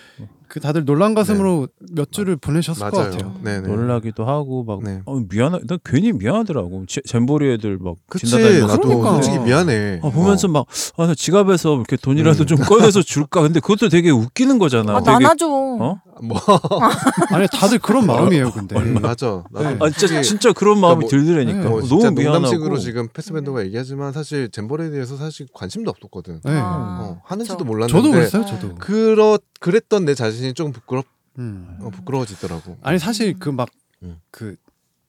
B: 그 다들 놀란 가슴으로 몇 주를 보내셨을 것 같아요.
A: 네. 맞아요. 네, 네.
C: 놀라기도 하고 막
A: 네.
C: 어, 미안하. 난 괜히 미안하더라고. 제- 잼보리 애들 막
A: 그치,
C: 지나다니고
A: 나도
B: 그러니까.
A: 솔직히 미안해.
C: 아, 보면서
A: 어.
C: 막 아, 나 지갑에서 이렇게 돈이라도
A: 음.
C: 좀 꺼내서 줄까. 근데 그것도 되게 웃기는 거잖아.
D: 아,
C: 되게,
D: 나눠줘.
C: 어?
A: 뭐
B: 아니 다들 그런 마음이에요, 근데.
A: 음, 맞아. 나도
B: 네.
C: 아, 진짜
A: 솔직히
C: 진짜 그런 마음이
A: 뭐-
C: 들더라니까.
B: 네,
A: 뭐 진짜
C: 너무
A: 농담식으로
C: 미안하고.
A: 지금 패스밴더가 얘기하지만 사실 잼버리에 대해서 사실 관심도 없었거든.
B: 네.
D: 아,
A: 어, 하는지도
D: 그쵸.
A: 몰랐는데
B: 저도 그랬어요, 저도.
A: 그렇 그랬던 내 자신이 조금 부끄럽
B: 음.
A: 어, 부끄러워지더라고.
B: 아니 사실 그 막 그
A: 음.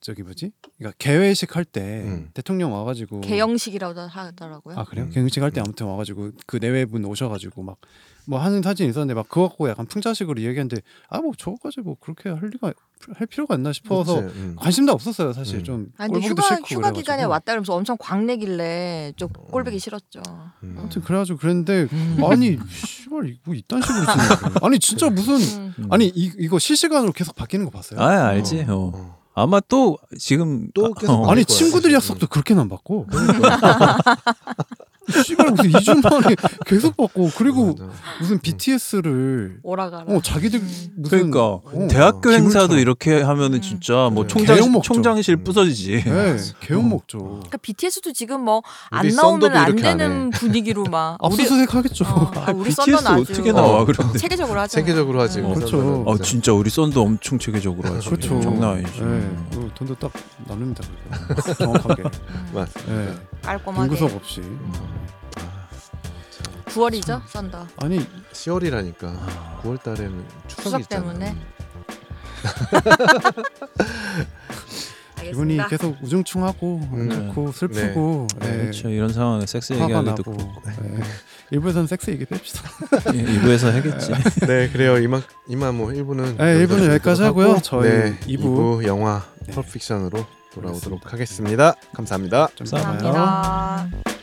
B: 저기 뭐지? 그러니까 개회식 할 때
A: 음.
B: 대통령 와가지고
D: 개영식이라고 하더라고요.
B: 아 그래요?
A: 음.
B: 개회식 할 때 아무튼 와가지고 그 내외분 오셔가지고 막 뭐 하는 사진 있었는데 막 그거 갖고 약간 풍자식으로 얘기했는데 아 뭐 저거까지 뭐 그렇게 할 리가 할 필요가 있나 싶어서 아,
A: 그치? 음.
B: 관심도 없었어요 사실
A: 음.
B: 좀
D: 아니, 근데
B: 꼴보기도
D: 휴가,
B: 싫고
D: 휴가
B: 그래가지고.
D: 기간에 왔다 그러면서 엄청 광내길래 좀 꼴보기 싫었죠.
A: 음.
B: 아무튼 그래가지고 그랬는데 아니 씨발 이거 이딴 식으로 쓰는 거 아니 진짜 무슨
D: 음.
B: 아니 이, 이거 실시간으로 계속 바뀌는 거 봤어요?
C: 아 알지. 어.
A: 어.
C: 아마 또 지금
A: 또
C: 아,
A: 계속
C: 어.
A: 많이
B: 아니
A: 거야,
B: 친구들
A: 사실.
B: 약속도 그렇게는 안 받고 씨발 무슨 2주 만에 계속 받고 그리고
A: 맞아.
B: 무슨 BTS를
D: 오라가라.
B: 어 자기들 무슨
C: 그러니까
B: 어,
C: 대학교
B: 기물처럼.
C: 행사도 이렇게 하면은 진짜 뭐
A: 네. 음.
B: 개욕
C: 총장
B: 먹죠.
C: 총장실 부서지지.
B: 네, 개욕 먹죠.
D: 그러니까 BTS도 지금 뭐 안
A: 우리
D: 나오면
A: 썬더도
D: 안
A: 이렇게 안
D: 되는 분위기로
B: [laughs]
D: 막 우리
B: 아, 압수수색 하겠죠.
D: 아, 어, 아, 우리
C: BTS
D: 썬더는 아주
C: 어떻게 나와 그런데?
D: 체계적으로 하잖아요.
A: 세계적으로 하지.
D: 음.
A: 우리
B: 그렇죠.
A: 사람들은.
C: 아 진짜 우리 썬도 엄청 체계적으로 하지.
B: 그렇죠.
C: 장난 아니지.
B: 네, 그 돈도 딱 나눕니다. 그렇게. 정확하게.
A: 맞습니다.
D: [laughs]
B: 네,
D: 깔끔하게.
B: 분구석 없이.
A: 아, 참.
D: 9월이죠, 썬더.
B: 아니
C: 아,
A: 10월이라니까 9월 달에는 추석이
D: 추석
A: 있잖아.
D: 때문에.
B: 기분이
D: 알겠습니다.
B: 계속 우중충하고 안
A: 음.
B: 좋고 슬프고
A: 네.
B: 네.
C: 그렇죠. 이런 상황에 섹스
B: 화가
C: 얘기하기도
B: 나고. 네. [laughs] 일부에선 섹스 얘기 뺍시다.
C: 예, 이부에서 하겠지.
A: 네, 그래요. 이만 이만 뭐 1부는
B: 네, 1부는 여기까지 하고요. 저희
A: 네,
B: 2부
A: 2부 영화 펄픽션으로 돌아오도록 하겠습니다. 감사합니다.
B: 좀
C: 감사합니다.
B: 봐요.
D: 감사합니다.